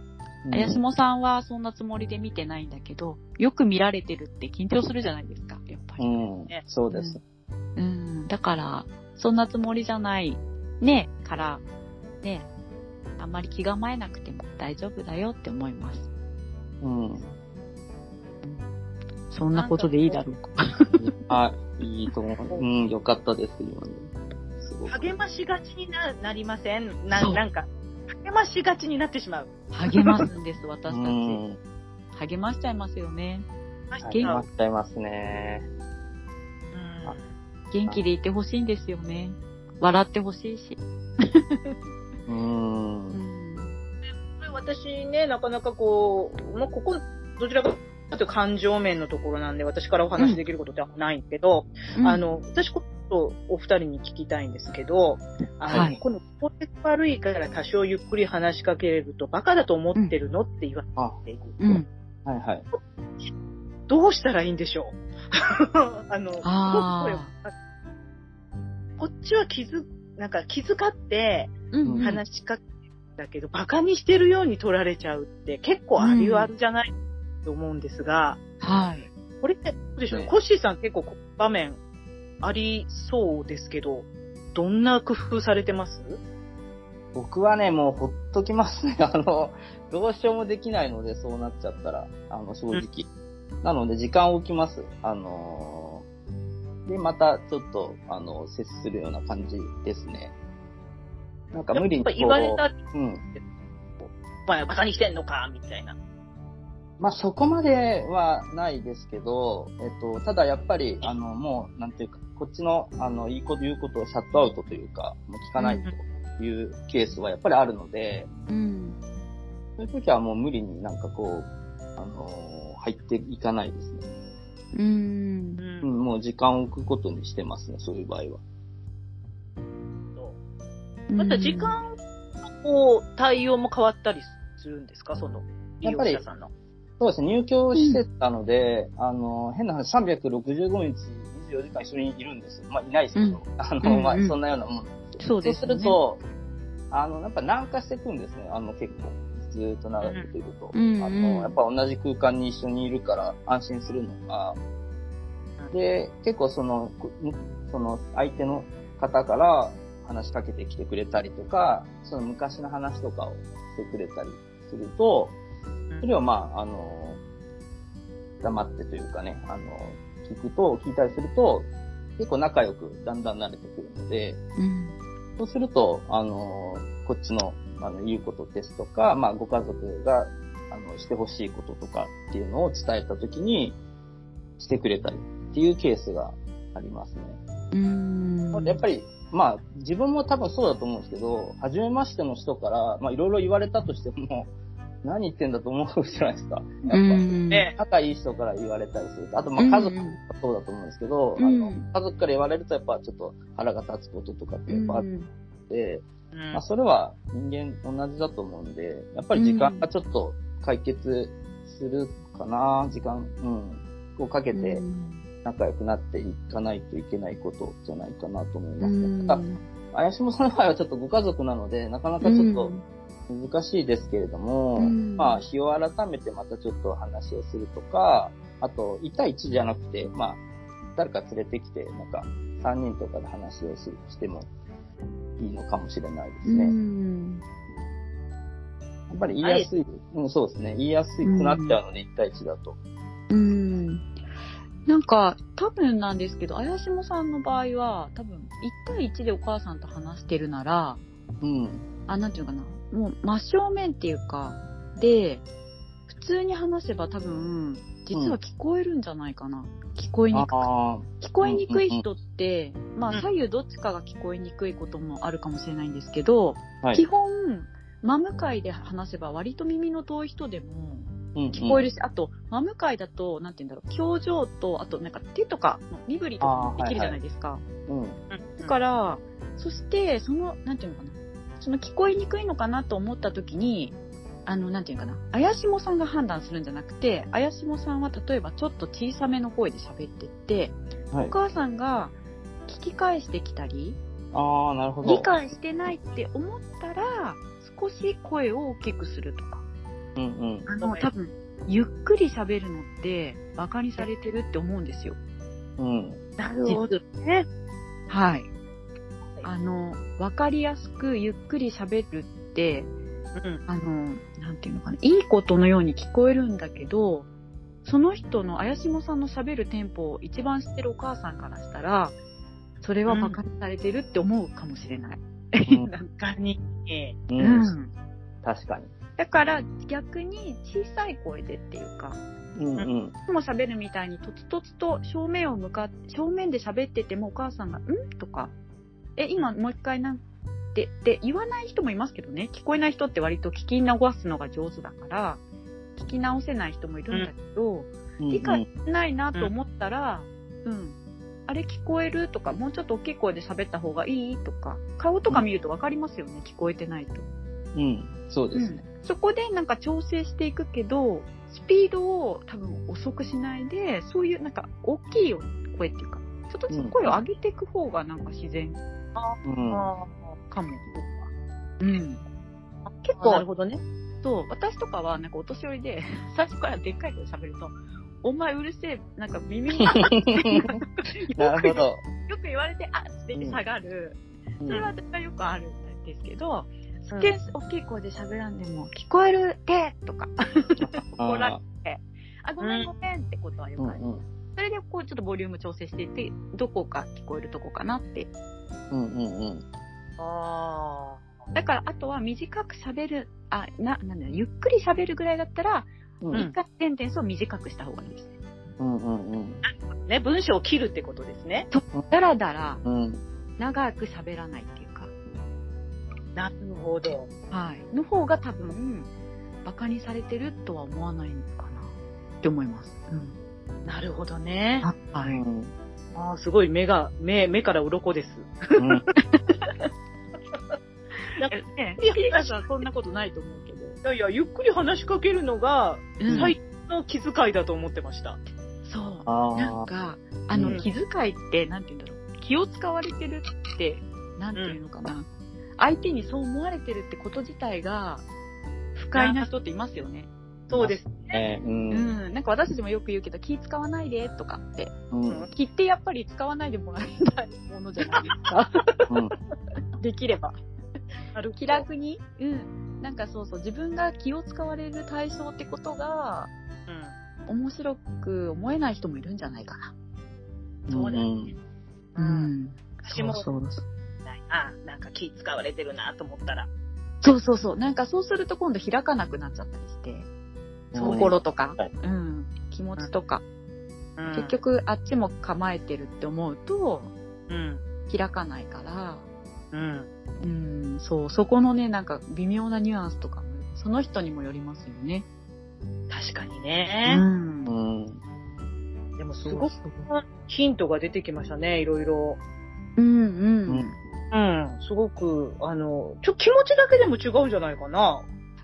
Speaker 3: あやしもさんはそんなつもりで見てないんだけど、よく見られてるって緊張するじゃないですか、やっぱ
Speaker 2: う
Speaker 3: り。
Speaker 2: ん。うん
Speaker 1: ね
Speaker 2: そうです。
Speaker 3: うん、だから、そんなつもりじゃない、ね、から、ね、あんまり気構えなくても大丈夫だよって思います。
Speaker 2: うん。
Speaker 3: そんなことでいいだろうか。
Speaker 2: あ、いいと思う。うん、よかったです、今の。すごく。
Speaker 1: 励ましがちにななりませんな
Speaker 3: そう
Speaker 1: なんか、励ましがちになってしまう。
Speaker 3: 励ますんです、
Speaker 2: う
Speaker 3: 私たち。
Speaker 2: ん。
Speaker 3: 励ましちゃいますよね。
Speaker 1: は
Speaker 2: 励まっちゃいますね。
Speaker 3: 元気でいてほしいんですよね。笑ってほしいし。
Speaker 2: う。
Speaker 3: うんん。
Speaker 1: これ私ね、なかなかこう、もうここ、どちらかというと感情面のところなんで、私からお話しできることではないけど、あ、の、私こ、とお二人に聞きたいんですけど、あの、
Speaker 3: はい
Speaker 1: この、効率悪いから多少ゆっくり話しかけれると、バカだと思ってるのって言わ
Speaker 2: あ、
Speaker 1: れている。
Speaker 3: うん。
Speaker 2: はいはい。
Speaker 1: どう したらいいんでしょうあの、
Speaker 3: あー
Speaker 1: すごくこれこっちは気づ、なんか気遣って
Speaker 3: うん、うん。
Speaker 1: 話しかけてんだけど、バカにしてるように取られちゃうって結構あるあるじゃないと思うんですが、
Speaker 3: はい。
Speaker 1: これってどうでしょう、
Speaker 2: ね
Speaker 1: コッシーさん結構こう場面ありそうですけど、どんな工夫されてます
Speaker 2: 僕はね、もうほっときますね。 あの、どうしようもできないので、そうなっちゃったら、あの、正直。なので、時間を置きます。あのーで、また、ちょっと、あの、接するような感じですね。なんか無
Speaker 1: や
Speaker 2: 理に
Speaker 1: っ
Speaker 2: こ
Speaker 1: ぱ
Speaker 2: う、
Speaker 1: 言われた、
Speaker 2: うん。
Speaker 1: お前はバカにしてんのかみたいな。
Speaker 2: まあ、そこまではないですけど、えっと、ただやっぱり、あの、もう、なんていうか、こっちの、あの、いいこと言うことをシャットアウトというか、もう聞かないというケースはやっぱりあるので、
Speaker 3: うん。
Speaker 2: そういう時はもう無理になんかこう、あのー入っていかないですね。
Speaker 3: うん
Speaker 1: う。。
Speaker 2: うんん、もう時間を置くことにしてますね、そういう場合は。
Speaker 1: また時間こう対応も変わったりするんですかその利用者さんの。
Speaker 2: そうですね、入居施設なので、あの、変な話、365日、24時間一緒にいるんですよ。まあ、いないですけど、あの、まあ
Speaker 3: うんうん、
Speaker 2: そんなようなもんなんよ
Speaker 3: そうです
Speaker 2: そうす
Speaker 3: よね
Speaker 2: ると、あの、やっぱ軟化していくんですね、あの、結構。ずーっと長くいると。
Speaker 3: うん
Speaker 2: あ
Speaker 3: うんうん
Speaker 2: の、やっぱ同じ空間に一緒にいるから安心するのが、で、結構その、こその、相手の方から話しかけてきてくれたりとか、その昔の話とかをしてくれたりすると、それをまあ、あの、黙ってというかね、あの、聞くと、聞いたりすると、結構仲良くだんだん慣れてくるので、
Speaker 3: うん。
Speaker 2: そうすると、あの、こっちの、あの、言うことですとか、まあ、ご家族が、あの、してほしいこととかっていうのを伝えたときに、してくれたりっていうケースがありますね。
Speaker 3: うん。
Speaker 2: やっぱり、まあ、自分も多分そうだと思うんですけど、初めましての人から、まあ、いろいろ言われたとしても、何言ってんだと思うじゃないですか。やっぱ、
Speaker 3: うん。
Speaker 1: ね、
Speaker 2: 仲いい人から言われたりすると、あと、ま
Speaker 3: うん、
Speaker 2: あ、家族もそうだと思うんですけど、
Speaker 3: うん
Speaker 2: あの、家族から言われると、やっぱ、ちょっと腹が立つこととかってやっぱあっ
Speaker 3: うん
Speaker 2: て、
Speaker 1: うん
Speaker 2: まあ、それは人間同じだと思うんで、やっぱり時間がちょっと解決するかな、時間、うん、をかけて仲良くなっていかないといけないことじゃないかなと思いますね。ただ怪しもさんの場合はちょっとご家族なので、なかなかちょっと難しいですけれども、
Speaker 3: うん
Speaker 2: まあ、日を改めてまたちょっと話をするとか、あと、1対1じゃなくて、まあ、誰か連れてきて、なんか、3人とかで話をするしてもいいのかもしれないですね。
Speaker 3: うん
Speaker 2: やっぱり言いやすい、うん、そうですね。言いやすくなっちゃうので、1対1だと。
Speaker 3: うんなんか、多分なんですけど、あやしもさんの場合は、多分、1対1でお母さんと話してるなら、
Speaker 2: うん。
Speaker 3: あ、なんていうのかな、もう真正面っていうか、で、普通に話せば多分、実は聞こえるんじゃないかな。聞こえにくく
Speaker 2: ああ、
Speaker 3: 聞こえにくい人って、ま
Speaker 1: うん
Speaker 3: あ左右どっちかが聞こえにくいこともあるかもしれないんですけど、
Speaker 2: はい
Speaker 3: 基本、真向かいで話せば割と耳の遠い人でも聞
Speaker 2: 聞
Speaker 3: こえるし、あと、真向かいだと、なんて言うんだろう、表情と、あとなんか手とか、身振りとかもできるじゃないですか。
Speaker 2: うん。
Speaker 1: うん
Speaker 3: だから、そして、その、なんていうのかな、その聞こえにくいのかなと思った時に、あの、なんていうのかな、あやしもさんが判断するんじゃなくて、あやしもさんは例えばちょっと小さめの声で喋ってって、
Speaker 2: はい
Speaker 3: お。母さんが聞き返してきたり、
Speaker 2: ああ、なるほど。
Speaker 3: 理解してないって思ったら、少し声を大きくするとか。
Speaker 2: うんうん。
Speaker 3: あ
Speaker 1: ご
Speaker 3: の、
Speaker 1: めん
Speaker 3: 多分、ゆっくり喋るのって、馬鹿にされてるって思うんですよ。
Speaker 2: うん。
Speaker 1: なるほどね。
Speaker 3: はい。あの、わかりやすくゆっくり喋るって、
Speaker 1: うん
Speaker 3: あの、なんていうのかな、いいことのように聞こえるんだけど、その人の、あやしもさんの喋るテンポを一番知ってるお母さんからしたら、それは馬鹿にされてるって思うかもしれない。
Speaker 2: うん
Speaker 3: なんか
Speaker 1: 他に、
Speaker 2: う。
Speaker 3: うんん。
Speaker 2: 確かに。
Speaker 3: だから逆に小さい声でっていうか、
Speaker 2: うんうん。
Speaker 3: いつも喋るみたいにとつとつと正面を向かって、正面で喋っててもお母さんが、んとか、え、今もう一回なんて、って言わない人もいますけどね、聞こえない人って割と聞き直すのが上手だから、聞き直せない人もいるんだけど、
Speaker 2: うんうん
Speaker 3: 理解してないなと思ったら、うん、あれ聞こえるとか、もうちょっと大きい声で喋った方がいいとか、顔とか見ると分かりますよね、聞こえてないと。
Speaker 2: うん、そうですね。
Speaker 3: そこでなんか調整していくけど、スピードを多分遅くしないで、そういうなんか大きい声っていうか、ちょっとずつ声を上げていく方がなんか自然
Speaker 2: うん。
Speaker 1: あ
Speaker 3: かも。うん。
Speaker 1: あ
Speaker 3: 結
Speaker 1: なる
Speaker 3: 構、
Speaker 1: ほどね。
Speaker 3: そう、私とかはなんかお年寄りで、 最初からでっかい声で喋ると、お前うるせえ、なんか 耳に、よ
Speaker 2: なるほど。
Speaker 3: く言われて、あって言って下がる。
Speaker 2: うん
Speaker 3: それは私はよくあるんですけど、すっげえ大きい声で喋らんでも、聞こえるってとか、怒られて、あ、ごめんごめんってことはよ
Speaker 2: う
Speaker 3: く
Speaker 2: ん
Speaker 3: ある。
Speaker 2: うん
Speaker 3: それでこうちょっとボリューム調整していって、どこか聞こえるとこかなって。
Speaker 2: うんうん
Speaker 1: あ
Speaker 3: だからあとは短く喋る、あ、な、なんだよゆっくり喋るぐらいだったら、
Speaker 2: うん
Speaker 3: 一回センテンスを短くした方がいいですね。
Speaker 2: うんうんうん
Speaker 1: あ。ね、文章を切るってことですね。
Speaker 3: だらだら
Speaker 2: うん
Speaker 3: 長く喋らないっていうか、
Speaker 1: なるほど。
Speaker 3: はい。の方が多分、馬鹿にされてるとは思わないのかなって思います。うん。
Speaker 1: なるほどね。
Speaker 3: は
Speaker 2: う
Speaker 3: い。
Speaker 2: ん
Speaker 1: ああ、すごい目が、目、目から鱗です。
Speaker 2: うん
Speaker 3: ね
Speaker 1: いや、皆さんそんなことないと思うけど。いやいや、ゆっくり話しかけるのが、
Speaker 3: うん
Speaker 1: 最高の気遣いだと思ってました。
Speaker 3: そう。
Speaker 2: あ
Speaker 3: なん
Speaker 2: ー
Speaker 3: か、あの、
Speaker 1: うん
Speaker 3: 気遣いって、なんて言うんだろう。気を使われてるって、なんていうのかな。相手にそう思われてるってこと自体が、不快な人っていますよね。
Speaker 1: そうです。
Speaker 2: ねう
Speaker 3: うんん。なんか私たちもよく言うけど、気使わないで、とかって。
Speaker 2: うん
Speaker 3: 気ってやっぱり使わないでもらいたいものじゃないですか。
Speaker 2: うん
Speaker 3: できれば。
Speaker 1: なるほど
Speaker 3: 気楽に。うん。なんかそうそう、自分が気を使われる対象ってことが、
Speaker 1: う
Speaker 3: 面白く思えない人もいるんじゃないかな。
Speaker 1: そうだねん。うん。。私も
Speaker 3: そうそうそう
Speaker 1: ないな。なんか気使われてるなと思ったら。
Speaker 3: そうそうそう。なんかそうすると今度開かなくなっちゃったりして、
Speaker 2: うん
Speaker 3: 心とか、
Speaker 2: はい
Speaker 3: うん、気持ちとか、
Speaker 1: うん
Speaker 3: 結、局あっちも構えてるって思うと、
Speaker 1: うん。
Speaker 3: 開かないから、
Speaker 1: うん。
Speaker 3: うん、そう、そこのね、なんか微妙なニュアンスとかも、その人にもよりますよね。
Speaker 1: 確かに
Speaker 3: う
Speaker 1: ね。
Speaker 3: ん
Speaker 2: う。ん
Speaker 1: でもす
Speaker 3: す
Speaker 1: ご
Speaker 3: ご
Speaker 1: く
Speaker 3: く。
Speaker 1: ヒントが出てきましたね、いろいろ。
Speaker 3: うん
Speaker 2: う
Speaker 3: うんん。
Speaker 1: うん。すごく、あの、ちょ、気持ちだけでも違うんじゃないかな。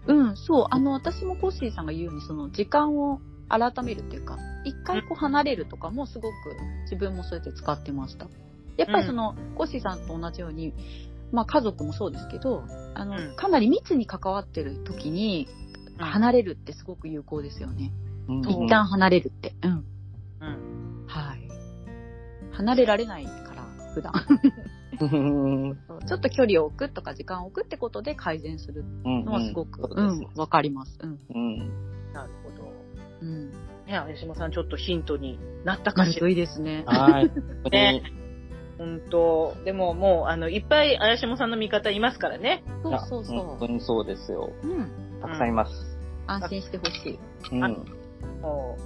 Speaker 3: うん、そう、あの、私もコッシーさんが言うように、その時間を改めるっていうか、一回こう離れるとかもすごく自分もそうやって使ってました。やっぱりその、コッシーさんと同じように、まあ家族もそうですけど、あの、
Speaker 1: うん
Speaker 3: かなり密に関わってる時に、離れるってすごく有効ですよね。
Speaker 2: うん
Speaker 3: 一旦離れるって。うん。
Speaker 1: うん。
Speaker 3: はい。離れられないから、普段。
Speaker 2: うんうん
Speaker 3: ちょっと距離を置くとか時間を置くってことで改善する
Speaker 2: うん
Speaker 3: のはすごく、
Speaker 2: そう
Speaker 3: う
Speaker 2: です
Speaker 3: ん、わかります。うん。
Speaker 2: うん
Speaker 1: なるほど。
Speaker 3: うん。
Speaker 1: ね、青島さん、ちょっとヒントになった
Speaker 3: な
Speaker 1: か
Speaker 3: る
Speaker 1: し
Speaker 3: と
Speaker 1: ら。
Speaker 3: いいですね。
Speaker 2: はい
Speaker 1: ね本当でももう、あの、いっぱい青島さんの味方いますからね。
Speaker 3: そうそう
Speaker 2: いや本
Speaker 3: そ
Speaker 2: 当にそうですよ
Speaker 3: う。うん。
Speaker 2: たくさんいます
Speaker 3: 安心してほし い。
Speaker 2: うん
Speaker 1: あも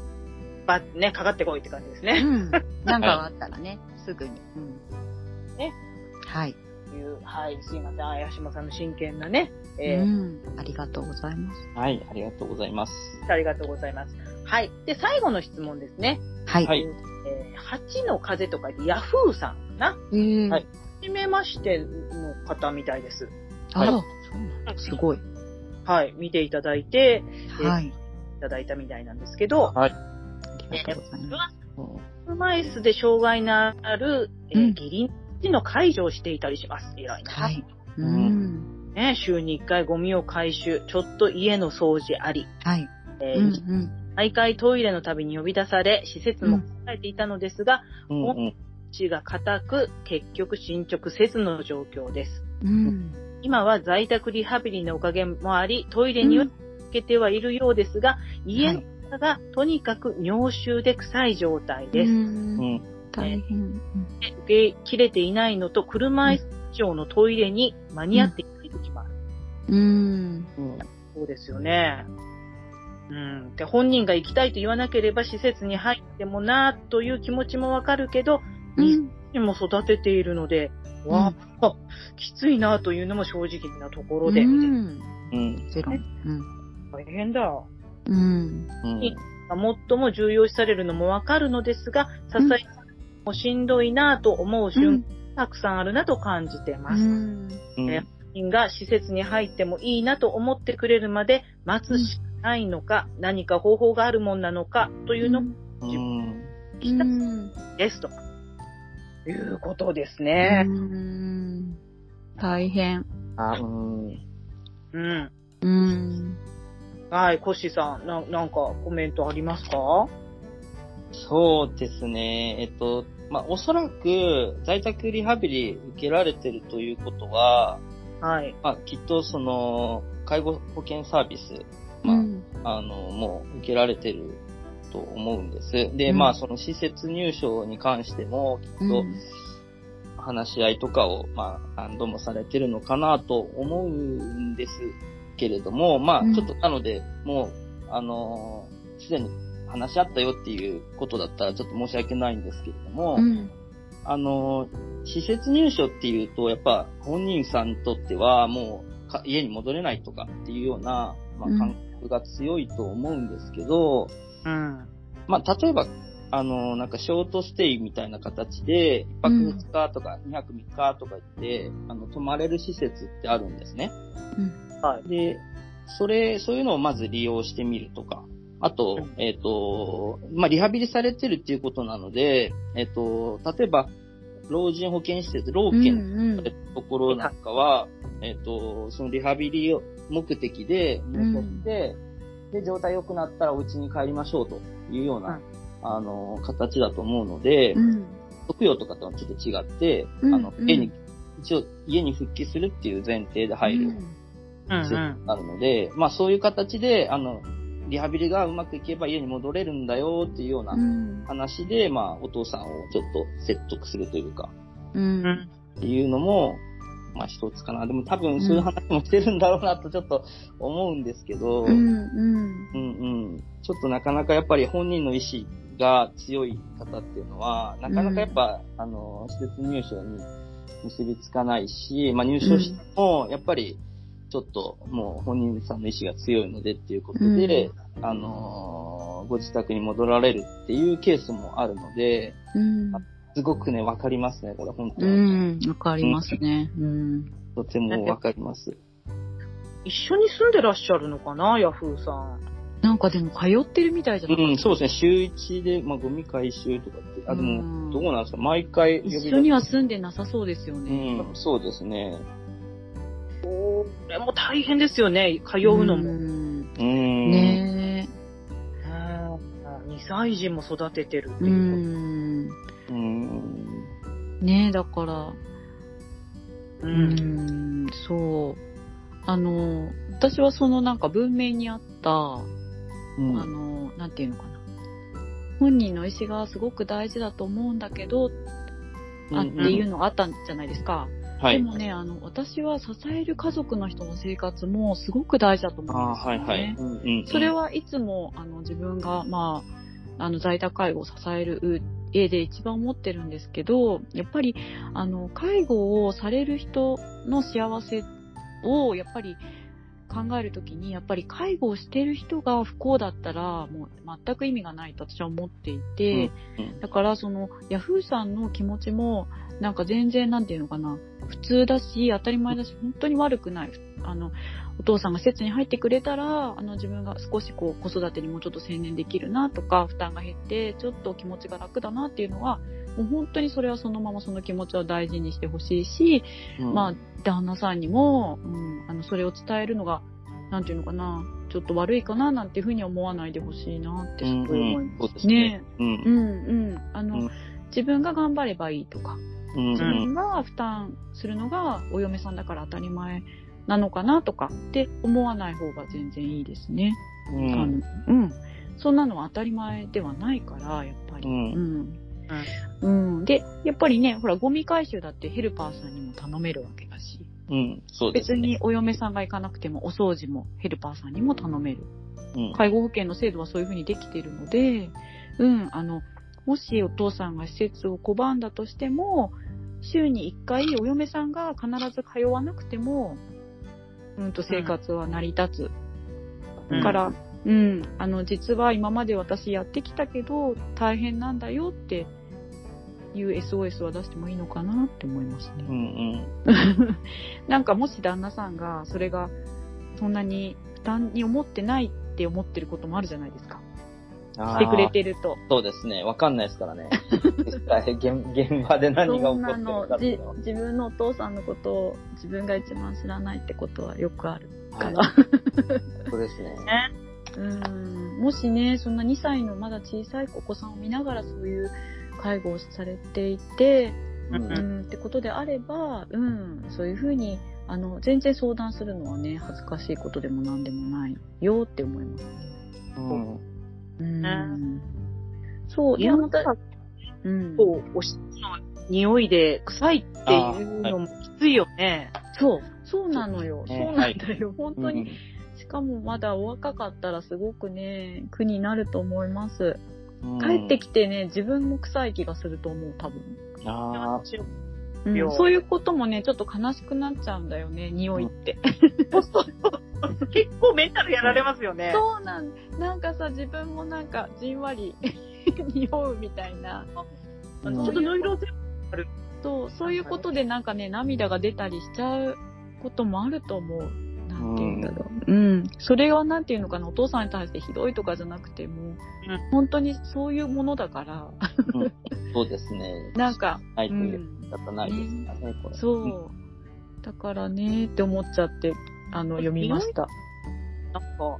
Speaker 1: う、ば、ね、かかってこいって感じですね。
Speaker 3: うん。なんかがあったらね、すぐに。うん。
Speaker 1: ね。
Speaker 3: はい。
Speaker 1: いう、はい、すいません、青島さんの真剣なね、えー
Speaker 3: うん。ありがとうございます。
Speaker 2: はいありがとうございます
Speaker 1: ありがとうございます。はい。で、最後の質問ですね。
Speaker 3: はい。
Speaker 2: はい
Speaker 1: えー、八の風とかでヤフーさんかな。
Speaker 3: えー
Speaker 2: はい
Speaker 1: はじめましての方みたいです。
Speaker 3: あら、
Speaker 2: は
Speaker 3: そうなんだ。すごい。
Speaker 1: はい。見ていただいて、
Speaker 3: はい。
Speaker 1: いただいたみたいなんですけど、
Speaker 3: ありがとうございます。
Speaker 2: うん
Speaker 1: 車椅子で障害のある、え
Speaker 3: う
Speaker 1: ー、
Speaker 3: ん
Speaker 1: 義輪の介助をしていたりします。偉いな。
Speaker 3: はい。う
Speaker 2: うん
Speaker 3: ん。
Speaker 1: ね、週に1回ゴミを回収、ちょっと家の掃除あり、
Speaker 3: はい。
Speaker 1: えー
Speaker 3: うんうん。
Speaker 1: 毎回トイレのたびに呼び出され、施設も抱えていたのですが、
Speaker 2: うんうん
Speaker 1: 血が硬く、結局進捗せずの状況です。
Speaker 3: うん。
Speaker 1: 今は在宅リハビリのおかげもあり、トイレには
Speaker 3: うん
Speaker 1: つけてはいるようですが、家の
Speaker 3: はい
Speaker 1: 中がとにかく尿臭で臭い状態です。
Speaker 3: うん
Speaker 2: うん
Speaker 3: 大変。うん
Speaker 1: 受け切れていないのと、車椅子以上のトイレに間に合っていない時もある。
Speaker 3: うん。
Speaker 2: うん
Speaker 1: そうですよね。うん。で、本人が行きたいと言わなければ施設に入ってもなぁという気持ちもわかるけど、
Speaker 3: うん
Speaker 1: にも育てているので、わあ、きついなぁというのも正直なところで、
Speaker 3: うん。
Speaker 2: うん
Speaker 3: もちろん。うん
Speaker 1: 大変だ。
Speaker 3: うん。
Speaker 2: うん
Speaker 1: 最も重要視されるのもわかるのですが、支えもうしんどいなと思う瞬間、たくさんあるなと感じてます。
Speaker 4: ん。
Speaker 2: うん
Speaker 1: え人が施設に入ってもいいなと思ってくれるまで待つしかないのか、何か方法があるもんなのかというのを
Speaker 2: うん
Speaker 1: 聞いた
Speaker 4: ん。
Speaker 1: ですと。いうことですね。
Speaker 3: うん大変。
Speaker 2: あうん
Speaker 1: うん。
Speaker 3: うん。
Speaker 1: はい、コッシーさん、ななんかコメントありますか
Speaker 2: そうですね。えっと、まあ、おそらく在宅リハビリ受けられてるということは、
Speaker 1: はい。
Speaker 2: まあ、きっとその、介護保険サービス、まあ、あの、もう受けられてると思うんです。で、
Speaker 3: うん
Speaker 2: まあ、その施設入所に関しても、きっと話し合いとかを、まあ、何度もされてるのかなと思うんですけれども、ま
Speaker 3: うん
Speaker 2: あ、ちょっとなので、もう、あのーすでに話し合ったよっていうことだったらちょっと申し訳ないんですけれども、
Speaker 3: うん。
Speaker 2: あのー施設入所っていうと、やっぱ本人さんにとってはもうか家に戻れないとかっていうような、まあ
Speaker 3: うん、
Speaker 2: 感覚が強いと思うんですけど、
Speaker 1: うん。
Speaker 2: まあ、例えば、あの、なんかショートステイみたいな形で、一泊
Speaker 3: うん
Speaker 2: 二日とか二泊三日とか言って、あの、泊まれる施設ってあるんですね。
Speaker 1: はい。
Speaker 2: で、それ、そういうのをまず利用してみるとか、あと
Speaker 1: うん、
Speaker 2: えっ、と、まあ、リハビリされてるっていうことなので、えっ、と、例えば、老人保健施設、老
Speaker 3: うん
Speaker 2: 健ところなんかは、えっ、と、そのリハビリを目的で入所して、で、状態良くなったらお家に帰りましょうというような、あの、形だと思うので、
Speaker 3: うん。
Speaker 2: 特養とかとはちょっと違って、
Speaker 3: うん
Speaker 2: あの、
Speaker 3: うん
Speaker 2: 家に、一応家に復帰するっていう前提で入る
Speaker 1: うん、
Speaker 2: 施設になるので、まあそういう形で、あの、リハビリがうまくいけば家に戻れるんだよっていうような
Speaker 3: うん。
Speaker 2: 話で、まあお父さんをちょっと説得するというか、
Speaker 3: うん。
Speaker 2: っていうのも、まあ一つかな。でも多分そういう話もしてるんだろうなとちょっと思うんですけど、
Speaker 3: う
Speaker 2: うん、
Speaker 3: ん。
Speaker 2: うんちょっとなかなかやっぱり本人の意志が強い方っていうのは、なかなかやっぱ、あの、施設入所に結びつかないし、まあ入所しても、やっぱりちょっともう本人さんの意志が強いのでっていうことで、あの、ご自宅に戻られるっていうケースもあるので、
Speaker 3: うん。
Speaker 2: すごくね、わかりますね、これ本当
Speaker 3: う
Speaker 2: に。
Speaker 3: ん。わかりますね。うん。
Speaker 2: とてもわかります。
Speaker 1: 一緒に住んでらっしゃるのかな、ヤフーさん。
Speaker 3: なんかでも通ってるみたいじゃなか
Speaker 2: う
Speaker 3: っ
Speaker 2: ん、そうですね。週1で、まあ、ゴミ回収とかって、
Speaker 3: た。
Speaker 2: あ、でも、
Speaker 3: ん
Speaker 2: どうなんですか毎回呼び出
Speaker 3: 一緒には住んでなさそうですよ
Speaker 2: う
Speaker 3: ね。
Speaker 2: ん、そうですね。
Speaker 1: これも大変ですよね、通うのも。
Speaker 3: ん
Speaker 2: うん。
Speaker 3: ね
Speaker 1: 2歳児も育ててるって
Speaker 3: え。う
Speaker 1: いうこ
Speaker 3: ん。
Speaker 2: うん。
Speaker 3: ねえ、だから、
Speaker 1: と。う。
Speaker 3: うんん、そう。あの、私はそのなんか文明にあった、
Speaker 2: うん。
Speaker 3: あの、なんていうのかな。本人の意思がすごく大事だと思うんだけど、あっていうのがあったんじゃないですか。
Speaker 2: は
Speaker 3: で
Speaker 2: い。
Speaker 3: もね、あの、私は支える家族の人の生活もすごく大事だと思
Speaker 2: あ
Speaker 3: うん
Speaker 2: あ、
Speaker 3: です
Speaker 2: はい
Speaker 3: よね。
Speaker 2: はい。うんうん
Speaker 3: それ、はいつも、あの、自分が、まあ、あの、在宅介護を支える絵で一番思ってるんですけど、やっぱり、あの、介護をされる人の幸せを、やっぱり、考えるときに、やっぱり介護をしてる人が不幸だったら、もう全く意味がないと私は思っていて、
Speaker 2: うんうん
Speaker 3: だからその、ヤフーさんの気持ちも、なんか全然、なんていうのかな、普通だし、当たり前だし、本当に悪くない。あの、お父さんが施設に入ってくれたら、あの、自分が少しこう、子育てにもちょっと専念できるなとか、負担が減って、ちょっと気持ちが楽だなっていうのは、もう本当にそれはそのままその気持ちを大事にしてほしいし、
Speaker 2: うん
Speaker 3: まあ、旦那さんにも、うん、あの、それを伝えるのが、なんていうのかな、ちょっと悪いかな、なんていうふうに思わないでほしいなって、
Speaker 2: う
Speaker 3: す
Speaker 2: ん
Speaker 3: ごい思
Speaker 2: う
Speaker 3: い
Speaker 2: ん
Speaker 3: ま。
Speaker 2: そうですすね
Speaker 3: ね。
Speaker 2: う。
Speaker 3: うんんうん。あの、
Speaker 2: うん
Speaker 3: 自分が頑張ればいいとか、
Speaker 2: うんう
Speaker 3: 自分
Speaker 2: ん。
Speaker 3: が負担するのがお嫁さんだから当たり前なのかなとかって思わない方が全然いいですね。
Speaker 2: う
Speaker 3: うんん、うん、そんなのは当たり前ではないからやっぱり。
Speaker 2: うん
Speaker 3: うんうんでやっぱりねほらゴミ回収だってヘルパーさんにも頼めるわけだし
Speaker 2: うん。そうです
Speaker 3: 別
Speaker 2: ね。
Speaker 3: にお嫁さんが行かなくてもお掃除もヘルパーさんにも頼める
Speaker 2: うん
Speaker 3: 介護保険の制度はそういうふうにできているので、うん、あの、もしお父さんが施設を拒んだとしても、週に1回お嫁さんが必ず通わなくても、うんと生活は成り立つ。
Speaker 1: うん
Speaker 3: だから、うん、あの、実は今まで私やってきたけど、大変なんだよって、いう SOS は出してもいいのかなって思いますね。
Speaker 2: うん
Speaker 3: なんかもし旦那さんがそれがそんなに負担に思ってないって思ってることもあるじゃないですか。
Speaker 2: うん。あー
Speaker 3: してくれてると。
Speaker 2: そうですね。わかんないですからね。実際現、現場で何が
Speaker 4: そ
Speaker 2: 起
Speaker 4: う
Speaker 2: こ
Speaker 4: な
Speaker 2: ってるの
Speaker 4: の
Speaker 2: かってい
Speaker 4: じ
Speaker 2: うのは。
Speaker 4: 自分のお父さんのことを自分が一番知らないってことはよくあるか
Speaker 2: は
Speaker 4: な。
Speaker 2: いそうですね。
Speaker 3: うんもしね、そんな2歳のまだ小さいお子さんを見ながらそういう介護をされていて、
Speaker 2: う。
Speaker 3: うんん、ってことであれば、うん、そういうふうに、あの、全然相談するのはね、恥ずかしいことでも何でもないよって思います。
Speaker 2: うん
Speaker 3: うん。そう、
Speaker 1: い
Speaker 3: い
Speaker 1: や
Speaker 3: や、
Speaker 1: ま
Speaker 3: ま
Speaker 1: た
Speaker 3: た、うん。
Speaker 1: こう、おしの匂いで臭いっていうのもきついよね。
Speaker 3: そう、そうなのよ。そう
Speaker 2: ね
Speaker 3: なんだよ。本当
Speaker 2: うん
Speaker 3: に。しかもまだお若かったらすごくね、苦になると思います。
Speaker 2: うん
Speaker 3: 帰ってきてね、自分も臭い気がすると思う、多分。
Speaker 2: あ
Speaker 3: うん
Speaker 1: よ
Speaker 3: そういうこともね、ちょっと悲しくなっちゃうんだよね、匂いって。
Speaker 1: 結構メンタルやられますよね。
Speaker 3: そうなん、なんかさ、自分もなんか、じんわり 匂うみたいな。
Speaker 2: あ、
Speaker 1: ちょっとノイローゼある。
Speaker 3: そう、そういうことでなんかね、涙が出たりしちゃうこともあると思う。なんて言うんだろう。うん。それはなんて言うのかな、お父さんに対してひどいとかじゃなくても、
Speaker 1: うん
Speaker 3: 本当にそういうものだから、
Speaker 2: そうですね。
Speaker 3: なんか、
Speaker 2: ないと
Speaker 3: う
Speaker 2: いう。
Speaker 3: ん
Speaker 2: 仕方ないですからね、これ。
Speaker 3: そう。だからね、って思っちゃって、あの、読みました。
Speaker 1: なんか、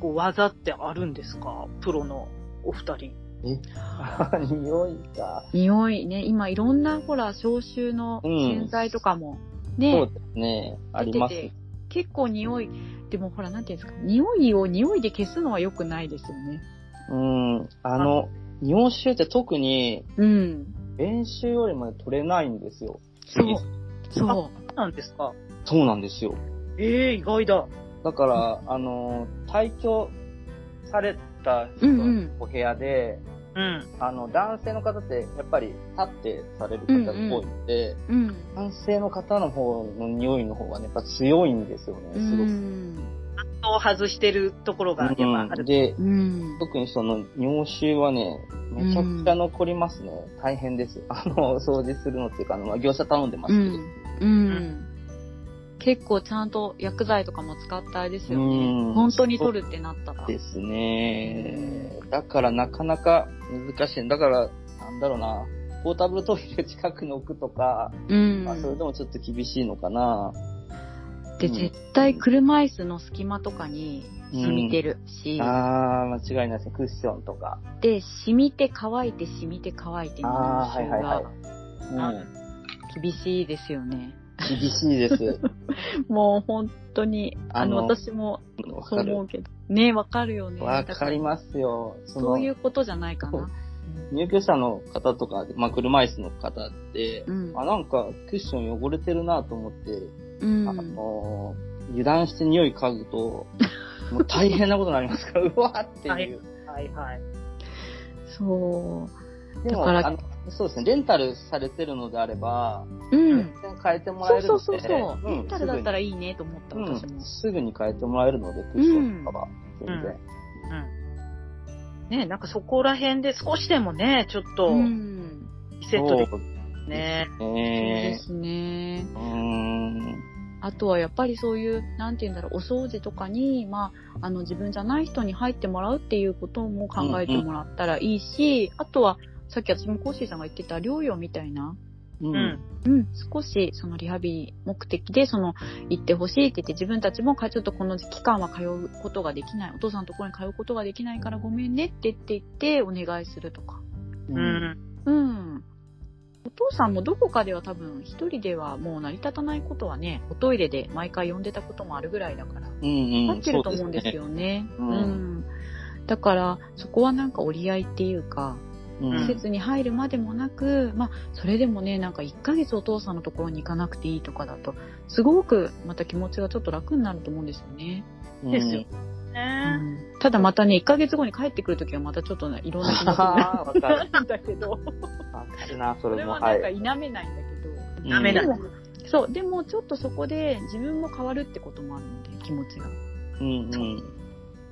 Speaker 1: こう、技ってあるんですかプロのお二人。
Speaker 2: あー匂いか。
Speaker 3: 匂いね、今いろんな、ほら、消臭の
Speaker 2: うん
Speaker 3: 洗剤とかも、
Speaker 2: そ
Speaker 3: ね
Speaker 2: う、ですね。あります。
Speaker 3: 結構匂い、でもほら、なんていうんですか、匂いを匂いで消すのは良くないですよね。
Speaker 2: うん。あの、日本酒って特に、
Speaker 3: うん。
Speaker 2: 練習よりも取れないんですよ。
Speaker 3: そう。そ
Speaker 1: なんですか
Speaker 2: そうなんですよ。
Speaker 1: ええ意外だ。
Speaker 2: だから、あの、退去された人のお部屋で、
Speaker 1: うん。
Speaker 2: あの、男性の方って、やっぱり立ってされる方が多いんで、
Speaker 3: う。うん。
Speaker 2: 男性の方の方の匂いの方がね、やっぱ強いんですよね、
Speaker 3: う
Speaker 2: すごく。
Speaker 3: ん。
Speaker 1: を外してるところがやっぱあ
Speaker 2: うん
Speaker 1: る。
Speaker 2: で、
Speaker 3: うん。
Speaker 2: 特にその尿臭はね、めちゃくちゃ残りますね。大変です。 あの、掃除するのっていうか、あの、まあ業者頼んでま
Speaker 3: う
Speaker 2: すけど。
Speaker 3: ん。うん。結構ちゃんと薬剤とかも使ってあれですよ
Speaker 2: うん
Speaker 3: ね。本当に取るってなったら。
Speaker 2: ですね。だからなかなか難しい。だから、なんだろうな。ポータブルトイレ近くに置くとか、
Speaker 3: うん
Speaker 2: まあ、それでもちょっと厳しいのかな。
Speaker 3: で、絶対車椅子の隙間とかに染みてるし、
Speaker 2: ああ、間違いないですね。クッションとか。
Speaker 3: で、染みて乾いて染みて乾いての
Speaker 2: ああー、はいはいはい
Speaker 3: が。
Speaker 2: うん、
Speaker 3: 厳しいですよね。
Speaker 2: 厳しいです。
Speaker 3: もう本当に、 あの、
Speaker 2: あの
Speaker 3: 私も
Speaker 2: わ
Speaker 3: そ
Speaker 2: か
Speaker 3: う思う
Speaker 2: る。
Speaker 3: けど。ね、わかるよね。
Speaker 2: わかりますよ。そ
Speaker 3: そうい
Speaker 2: の
Speaker 3: う、ことじゃないかな。
Speaker 2: 入居者の方とか、まあ、車椅子の方って、
Speaker 3: うん。
Speaker 2: あ、なんかクッション汚れてるなと思って、
Speaker 3: うん
Speaker 2: あ。のー油断して匂い嗅ぐ と、もう大変なことになりますから、う わーっていう。
Speaker 1: はいはい。
Speaker 3: そ
Speaker 2: でも
Speaker 3: だから
Speaker 2: あの、そうですね、レンタルされてるのであれば、
Speaker 3: う。うん
Speaker 2: 全。然変えてもら
Speaker 3: そ
Speaker 2: え
Speaker 3: う
Speaker 2: る
Speaker 3: そ
Speaker 2: の
Speaker 3: う
Speaker 2: で、
Speaker 3: そうそう。
Speaker 2: ん
Speaker 3: レンタルだったら
Speaker 2: す
Speaker 3: いいねと思った、
Speaker 2: ぐに
Speaker 3: 私
Speaker 2: う
Speaker 3: も
Speaker 2: ん、。すぐに変えてもらえるので、クッションとかは、全然。
Speaker 1: ねなんかそこら辺で少しでもね、ちょっと
Speaker 3: うん。
Speaker 1: リセットでき
Speaker 2: そう
Speaker 1: るね。
Speaker 3: そうで
Speaker 2: ね
Speaker 3: すね。
Speaker 2: うーん。
Speaker 3: あとはやっぱりそういう、なんて言うんだろう、お掃除とかに、まあ、あの自分じゃない人に入ってもらうっていうことも考えてもらったらいいし、あとは、さっき私もコッシーさんが言ってた療養みたいな、
Speaker 2: う
Speaker 1: うん。。
Speaker 3: うん、少しそのリハビリ目的でその行ってほしいって言って自分たちもかちょっとこの期間は通うことができないお父さんのところに通うことができないからごめんねって言って言ってお願いするとか
Speaker 1: う
Speaker 2: うん。
Speaker 1: ん。
Speaker 3: うんお父さんもどこかでは多分一人ではもう成り立たないことはねおトイレで毎回呼んでたこともあるぐらいだから
Speaker 2: うん。
Speaker 3: な
Speaker 2: うん
Speaker 3: ってると思うんです。よね
Speaker 2: う
Speaker 3: うん
Speaker 2: ん、
Speaker 3: だからそこはなんか折り合いっていうか
Speaker 2: そう
Speaker 1: うん
Speaker 2: で
Speaker 3: 施
Speaker 2: すね
Speaker 3: 設に入るまでもなく、まあ、それでもね、なんか1ヶ月お父さんのところに行かなくていいとかだと、すごくまた気持ちがちょっと楽になると思うんですよね。
Speaker 2: うん。
Speaker 1: ですよ
Speaker 2: うん。
Speaker 1: ね
Speaker 3: ただまたね、1ヶ月後に帰ってくるときはまたちょっとね、いろんな気持ちにな
Speaker 2: ああ、わかる。
Speaker 3: るんだけど、
Speaker 2: わかるな、そ
Speaker 3: そ
Speaker 2: れ
Speaker 3: れ
Speaker 2: も。
Speaker 3: はなんか
Speaker 2: い。
Speaker 3: 否めないんだけど、
Speaker 1: ダメな
Speaker 3: で
Speaker 1: ん
Speaker 3: も
Speaker 1: だ。
Speaker 3: そう、でもちょっとそこで自分も変わるってこともあるので、気持ちが。
Speaker 2: うんうん。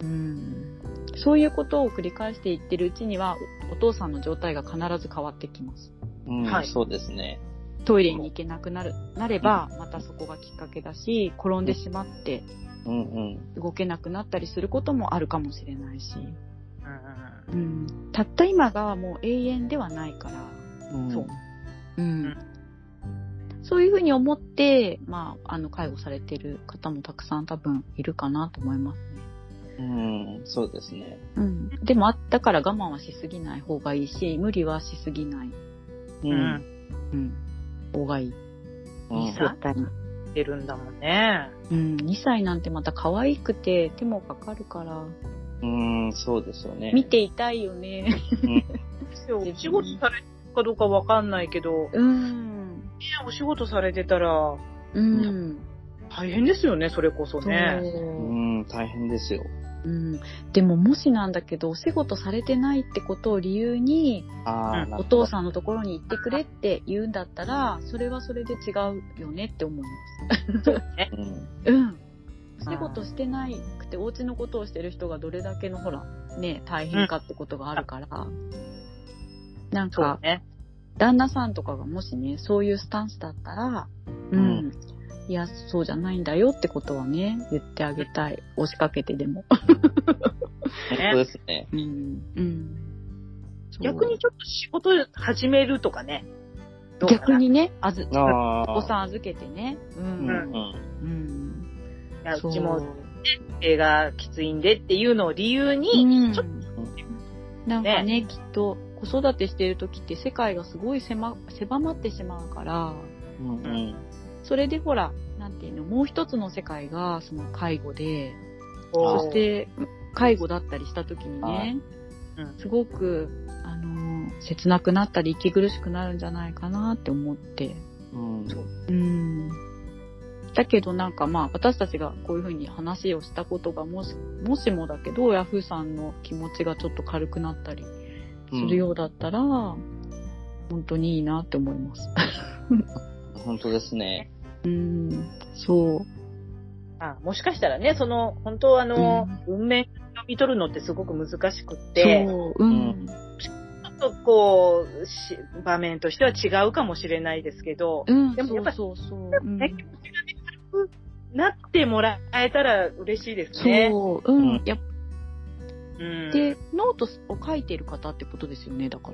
Speaker 3: うんそういうことを繰り返していってるうちには、おお父さんの状態が必ず変わってきます。
Speaker 2: うん、
Speaker 1: はい
Speaker 2: そうですね。
Speaker 3: トイレに行けなくなる、なれば、またそこがきっかけだし、転んでしまって
Speaker 2: うんうん。
Speaker 3: 動けなくなったりすることもあるかもしれないし、
Speaker 1: うんうん
Speaker 3: うん、たった今がもう永遠ではないから、
Speaker 2: うん
Speaker 1: そう
Speaker 3: うん、そういうふうに思って、まあ、あの介護されてる方もたくさん多分いるかなと思いますね。
Speaker 2: うん、そうですね。
Speaker 3: うん、でもあったから我慢はしすぎない方がいいし無理はしすぎない、
Speaker 2: う。
Speaker 1: うんん。
Speaker 3: うん、方がいい、
Speaker 2: う
Speaker 1: いい
Speaker 2: ん
Speaker 1: さ出るんだもんね。
Speaker 3: うん、2歳なんてまた可愛くて手もかかるから
Speaker 2: うん、そうですよね。
Speaker 3: 見ていたいよね
Speaker 1: お仕事されてるかどうかわかんないけど、ね、
Speaker 3: うん
Speaker 1: お仕事されてたら
Speaker 3: うん、
Speaker 1: 大変ですよね、それこそね。
Speaker 2: う、
Speaker 3: そうん
Speaker 2: 大変ですよ。
Speaker 3: うん、でももしなんだけどお仕事されてないってことを理由に
Speaker 1: うん
Speaker 2: ああ、なるほど
Speaker 3: お父さんのところに行ってくれって言うんだったらそれはそれで違うよねって思います。
Speaker 2: うん。
Speaker 3: うん。お仕事してないくて、お家のことをしてる人がどれだけの、ほら、ね、大変かってことがあるから、なん
Speaker 1: そう
Speaker 3: か、
Speaker 1: ね。
Speaker 3: 旦那さんとかがもしね、そういうスタンスだったら、うん、いや、そうじゃないんだよってことはね、言ってあげたい。押しかけてでも。
Speaker 2: 本当ですね。
Speaker 3: うん。うん。そう
Speaker 1: 逆に、ちょっと仕事始めるとかね。どうかな
Speaker 3: 逆。にね、あず、
Speaker 2: ああ。
Speaker 3: お子さん預けてね。う。
Speaker 2: うんん
Speaker 3: うん。
Speaker 1: いや
Speaker 3: そう
Speaker 1: ちも手がきついんでっていうのを理由に、
Speaker 3: うん
Speaker 1: ちょっ
Speaker 3: なんかねきっと子育てしてる時って世界がすごい狭狭まってしまうから
Speaker 2: うん。うんうん。
Speaker 3: それでほらなんていうのもう一つの世界がその介護で
Speaker 2: あー
Speaker 3: そして介護だったりした時にね
Speaker 1: うん
Speaker 3: すごくあのー切なくなったり息苦しくなるんじゃないかなって思って
Speaker 2: うん。
Speaker 3: うんだけどなんかまあ私たちがこういうふうに話をしたことがもしもしもだけどヤフーさんの気持ちがちょっと軽くなったりするようだったら、本当にいいなって思います。
Speaker 2: 本当ですね。
Speaker 3: うん、そう。
Speaker 1: あもしかしたらね、その、本当あの、運命を読み取るのってすごく難しくって、
Speaker 3: そう、うん、
Speaker 1: ちょっとこうし、場面としては違うかもしれないですけど、
Speaker 3: うん、
Speaker 1: でもやっぱ
Speaker 3: そうそうそう。うん
Speaker 1: ね気持ちがね、軽くなってもらえたら嬉しいですね。
Speaker 3: そう、うん
Speaker 2: うん。
Speaker 3: やっ
Speaker 1: うん
Speaker 3: て、ノートを書いている方ってことですよね、だか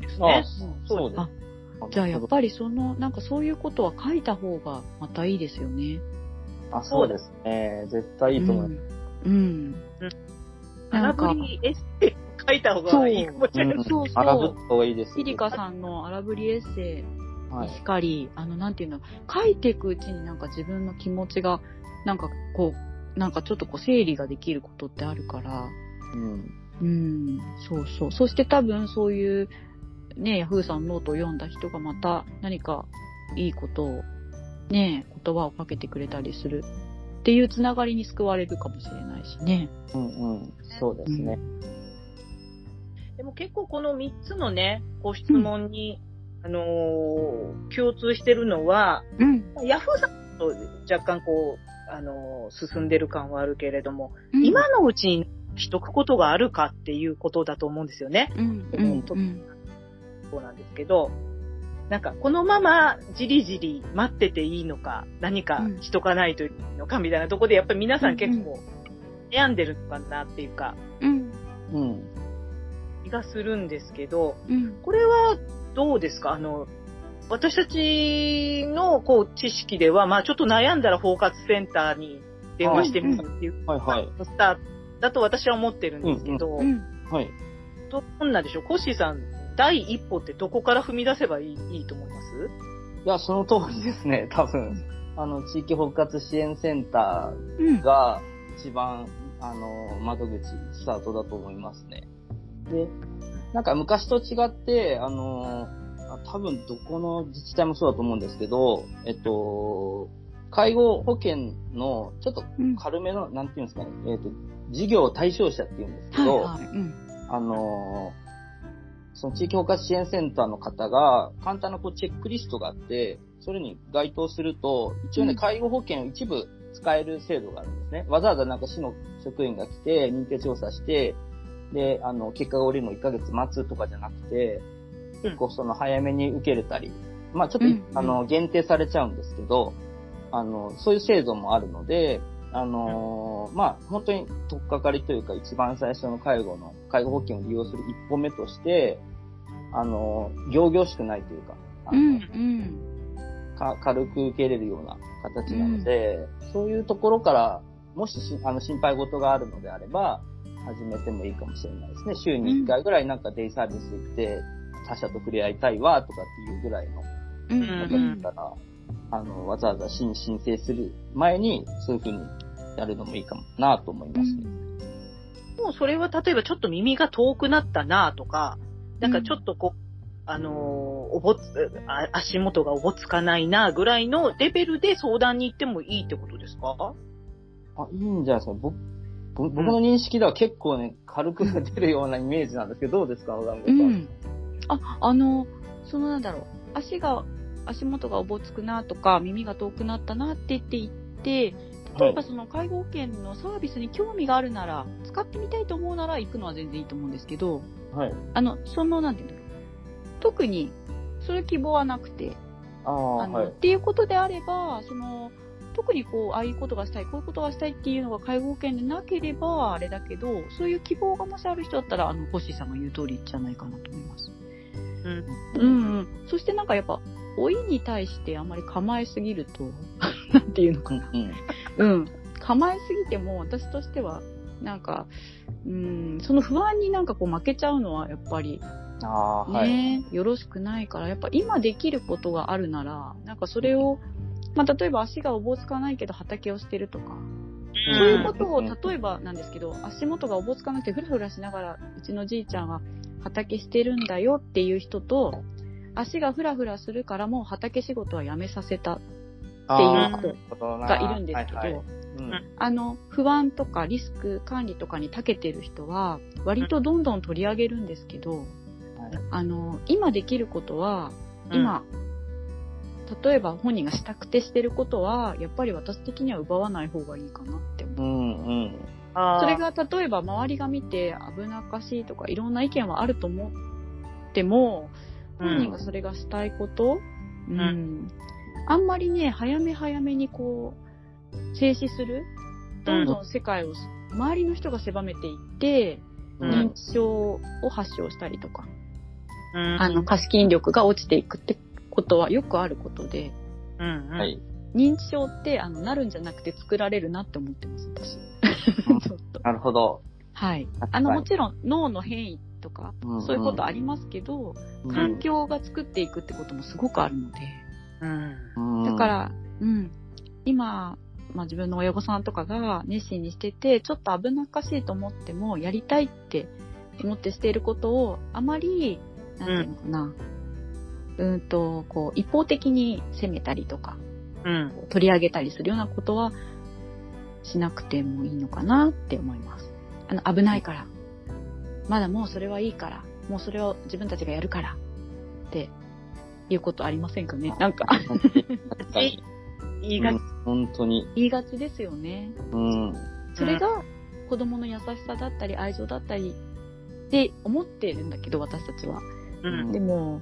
Speaker 3: ら。
Speaker 1: です
Speaker 2: あ
Speaker 1: ね。
Speaker 2: そうです
Speaker 3: あ。じゃあやっぱりその、なんかそういうことは書いた方がまたいいですよね。
Speaker 2: あ、そうですね。絶対いいと思います。
Speaker 3: うん。うん。な
Speaker 1: 花
Speaker 3: んか
Speaker 1: ぶ、りエッセイを書いた方がいいかもしれない。
Speaker 2: うん
Speaker 3: そうそう
Speaker 2: 荒ぶった方がいいです。
Speaker 3: シリカさんの荒ぶりエッセイ
Speaker 2: はい。
Speaker 3: しかり、あの、なんていうの、書いていくうちになんか自分の気持ちが、なんかこう、なんかちょっとこう整理ができることってあるから、
Speaker 2: うん。
Speaker 3: うん、そうそう。そして多分そういう、ね、ヤフーさんのノートを読んだ人がまた何かいいことを、ね、言葉をかけてくれたりするっていうつながりに救われるかもしれないしね。
Speaker 2: うんうん。そうですね。
Speaker 1: でも結構この3つのね、ご質問に、あのー共通してるのは、
Speaker 3: うん。
Speaker 1: ヤフーさんと若干こう、あのー進んでる感はあるけれども、
Speaker 3: 今
Speaker 1: 今のうちにしとくことがあるかっていうことだと思うんですよね。
Speaker 3: うん、う
Speaker 1: うん
Speaker 3: ん、
Speaker 1: そうなんですけど、なんかこのままじりじり待ってていいのか、何かしとかないといけないのかみたいなところで、やっぱり皆さん結構悩んでるのかなっていうか、
Speaker 3: うん、
Speaker 2: うん。
Speaker 1: 気がするんですけど、
Speaker 3: うん。
Speaker 1: これはどうですかあの、私たちのこう知識では、まあちょっと悩んだら包括センターに電話してみるっていう
Speaker 2: はいはい。
Speaker 1: スタートだと私は思ってるんですけど、
Speaker 3: うん。
Speaker 2: はい。
Speaker 1: どんなでしょうコッシーさん、第一歩ってどこから踏み出せばいいいいと思います
Speaker 2: いや、その通りですね。多分。あの、地域包括支援センタ
Speaker 3: うん
Speaker 2: ー。が一番、あの、窓口、スタートだと思いますね。で、なんか昔と違って、あの、あ多分どこの自治体もそうだと思うんですけど、えっと、介護保険のちょっと
Speaker 3: うん
Speaker 2: 軽めの、なんていうんですかね、えっと、事業対象者っていうんですけ
Speaker 3: はい、
Speaker 2: ど、
Speaker 3: はい。うん。
Speaker 2: あのーその地域包括支援センターの方が、簡単なこうチェックリストがあって、それに該当すると、一応ね、
Speaker 3: うん
Speaker 2: 介護保険を一部使える制度があるんですね。わざわざなんか市の職員が来て、認定調査して、で、あの、結果が降りるの1ヶ月待つとかじゃなくて、結構その早めに受けれたり、まあちょっと、
Speaker 3: うん
Speaker 2: あの、限定されちゃうんですけど、あの、そういう制度もあるので、あのーまあ本当に取っかかりというか一番最初の介護の、介護保険を利用する一歩目として、あのー、行々しくないというか、あ
Speaker 3: う
Speaker 2: の
Speaker 3: ん、うん。
Speaker 2: か軽く受け入れるような形なので、そういうところから、もししあの心配事があるのであれば、始めてもいいかもしれないですね。週に1回ぐらいなんかデイサービス行って、他者と触れ合いたいわとかっていうぐらいの
Speaker 3: うん、
Speaker 2: こ
Speaker 1: ん
Speaker 2: とだ
Speaker 3: う
Speaker 2: っ
Speaker 3: ん
Speaker 2: た。ら、あの、わざわざ申申請する前に、そういうふうにやるのもいいかもなと思いますね。
Speaker 1: もうそれは例えばちょっと耳が遠くなったなとか、なんかちょっとこう、あのーおぼつ、あ足元がおぼつかないなぐらいのレベルで相談に行ってもいいってことですか
Speaker 2: あ、いいんじゃないですか。ぼぼ僕の認識では結構ね、軽く出るようなイメージなんですけど、どうですか、お団子
Speaker 3: う
Speaker 2: さん。
Speaker 3: ん。あ、あの、そのなんだろう。足が、足元がおぼつくなとか、耳が遠くなったなって言って言って、例えばその介護保険のサービスに興味があるなら、使ってみたいと思うなら行くのは全然いいと思うんですけど、
Speaker 2: はい。
Speaker 3: あの、その、なんて言うんだろう。特に、そういう希望はなくて、
Speaker 2: ああ、
Speaker 3: あの、
Speaker 2: はい
Speaker 3: っ。ていうことであれば、その、特にこう、ああいうことがしたい、こういうことがしたいっていうのが介護保険でなければ、あれだけど、そういう希望がもしある人だったら、あの、コッシーさんが言う通りじゃないかなと思います。
Speaker 1: うん。
Speaker 3: うんうん。そしてなんかやっぱ、老いに対してあんまり構えすぎると、 なんていうのかな。
Speaker 2: うん。
Speaker 3: うん。構えすぎても、私としては、なんか、うん、その不安になんかこう負けちゃうのは、やっぱり、
Speaker 2: ああ、はい。
Speaker 3: ね、よろしくないから、やっぱ今できることがあるなら、なんかそれを、まあ、例えば足がおぼつかないけど畑をしてるとか、そういうことを、
Speaker 2: うん
Speaker 3: 例えばなんですけど、足元がおぼつかなくてふらふらしながら、うちのじいちゃんは畑してるんだよっていう人と、足がふらふらするからもう畑仕事はやめさせた
Speaker 2: あ
Speaker 3: っていう
Speaker 2: ーな
Speaker 3: がいるんですけど、
Speaker 2: はいはいうん
Speaker 3: あの、不安とかリスク管理とかに長けてる人は、割とどんどん取り上げるんですけど、あの、今できることは、今、例えば本人がしたくてしてることは、やっぱり私的には奪わない方がいいかなって思う。
Speaker 2: うんうん。
Speaker 1: あー、
Speaker 3: それが例えば周りが見て危なっかしいとかいろんな意見はあると思っても、
Speaker 1: うん
Speaker 3: 本人がそれがしたいこと、うん
Speaker 1: ん
Speaker 3: あんまりね、早め早めにこう、静止する。どんどん世界を、周りの人が狭めていって、
Speaker 2: う
Speaker 3: 認
Speaker 2: ん
Speaker 3: 知症を発症したりとか、
Speaker 1: うん、
Speaker 3: あの、過視筋力が落ちていくってことはよくあることで、
Speaker 1: うん、うん。
Speaker 2: はい。
Speaker 3: 認知症って、あの、なるんじゃなくて作られるなって思ってます、私。
Speaker 2: うん
Speaker 3: ちょっと。
Speaker 2: なるほど。
Speaker 3: はい。
Speaker 2: 確か
Speaker 3: あ
Speaker 2: に
Speaker 3: の、もちろん脳の変異とか、そういうことありますけど、
Speaker 2: うん
Speaker 3: 環境が作っていくってこともすごくあるので、
Speaker 1: うん。
Speaker 2: うん
Speaker 3: だから、うん。今、まあ自分の親御さんとかが熱心にしてて、ちょっと危なっかしいと思っても、やりたいって思ってしていることを、あまり、なんていうのかな、うん、と、こう、一方的に責めたりとか、
Speaker 1: うん。
Speaker 3: 取り上げたりするようなことはしなくてもいいのかなって思います。あの、危ないから。まだもうそれはいいから。もうそれを自分たちがやるから。っていうことありませんかねなんか
Speaker 2: 確 かに、
Speaker 1: 言いが
Speaker 2: うん本当に。
Speaker 3: 言いがちですよね。
Speaker 2: うん。
Speaker 3: それが子供の優しさだったり愛情だったりって思ってるんだけど、私たちは。
Speaker 1: うん。
Speaker 3: でも、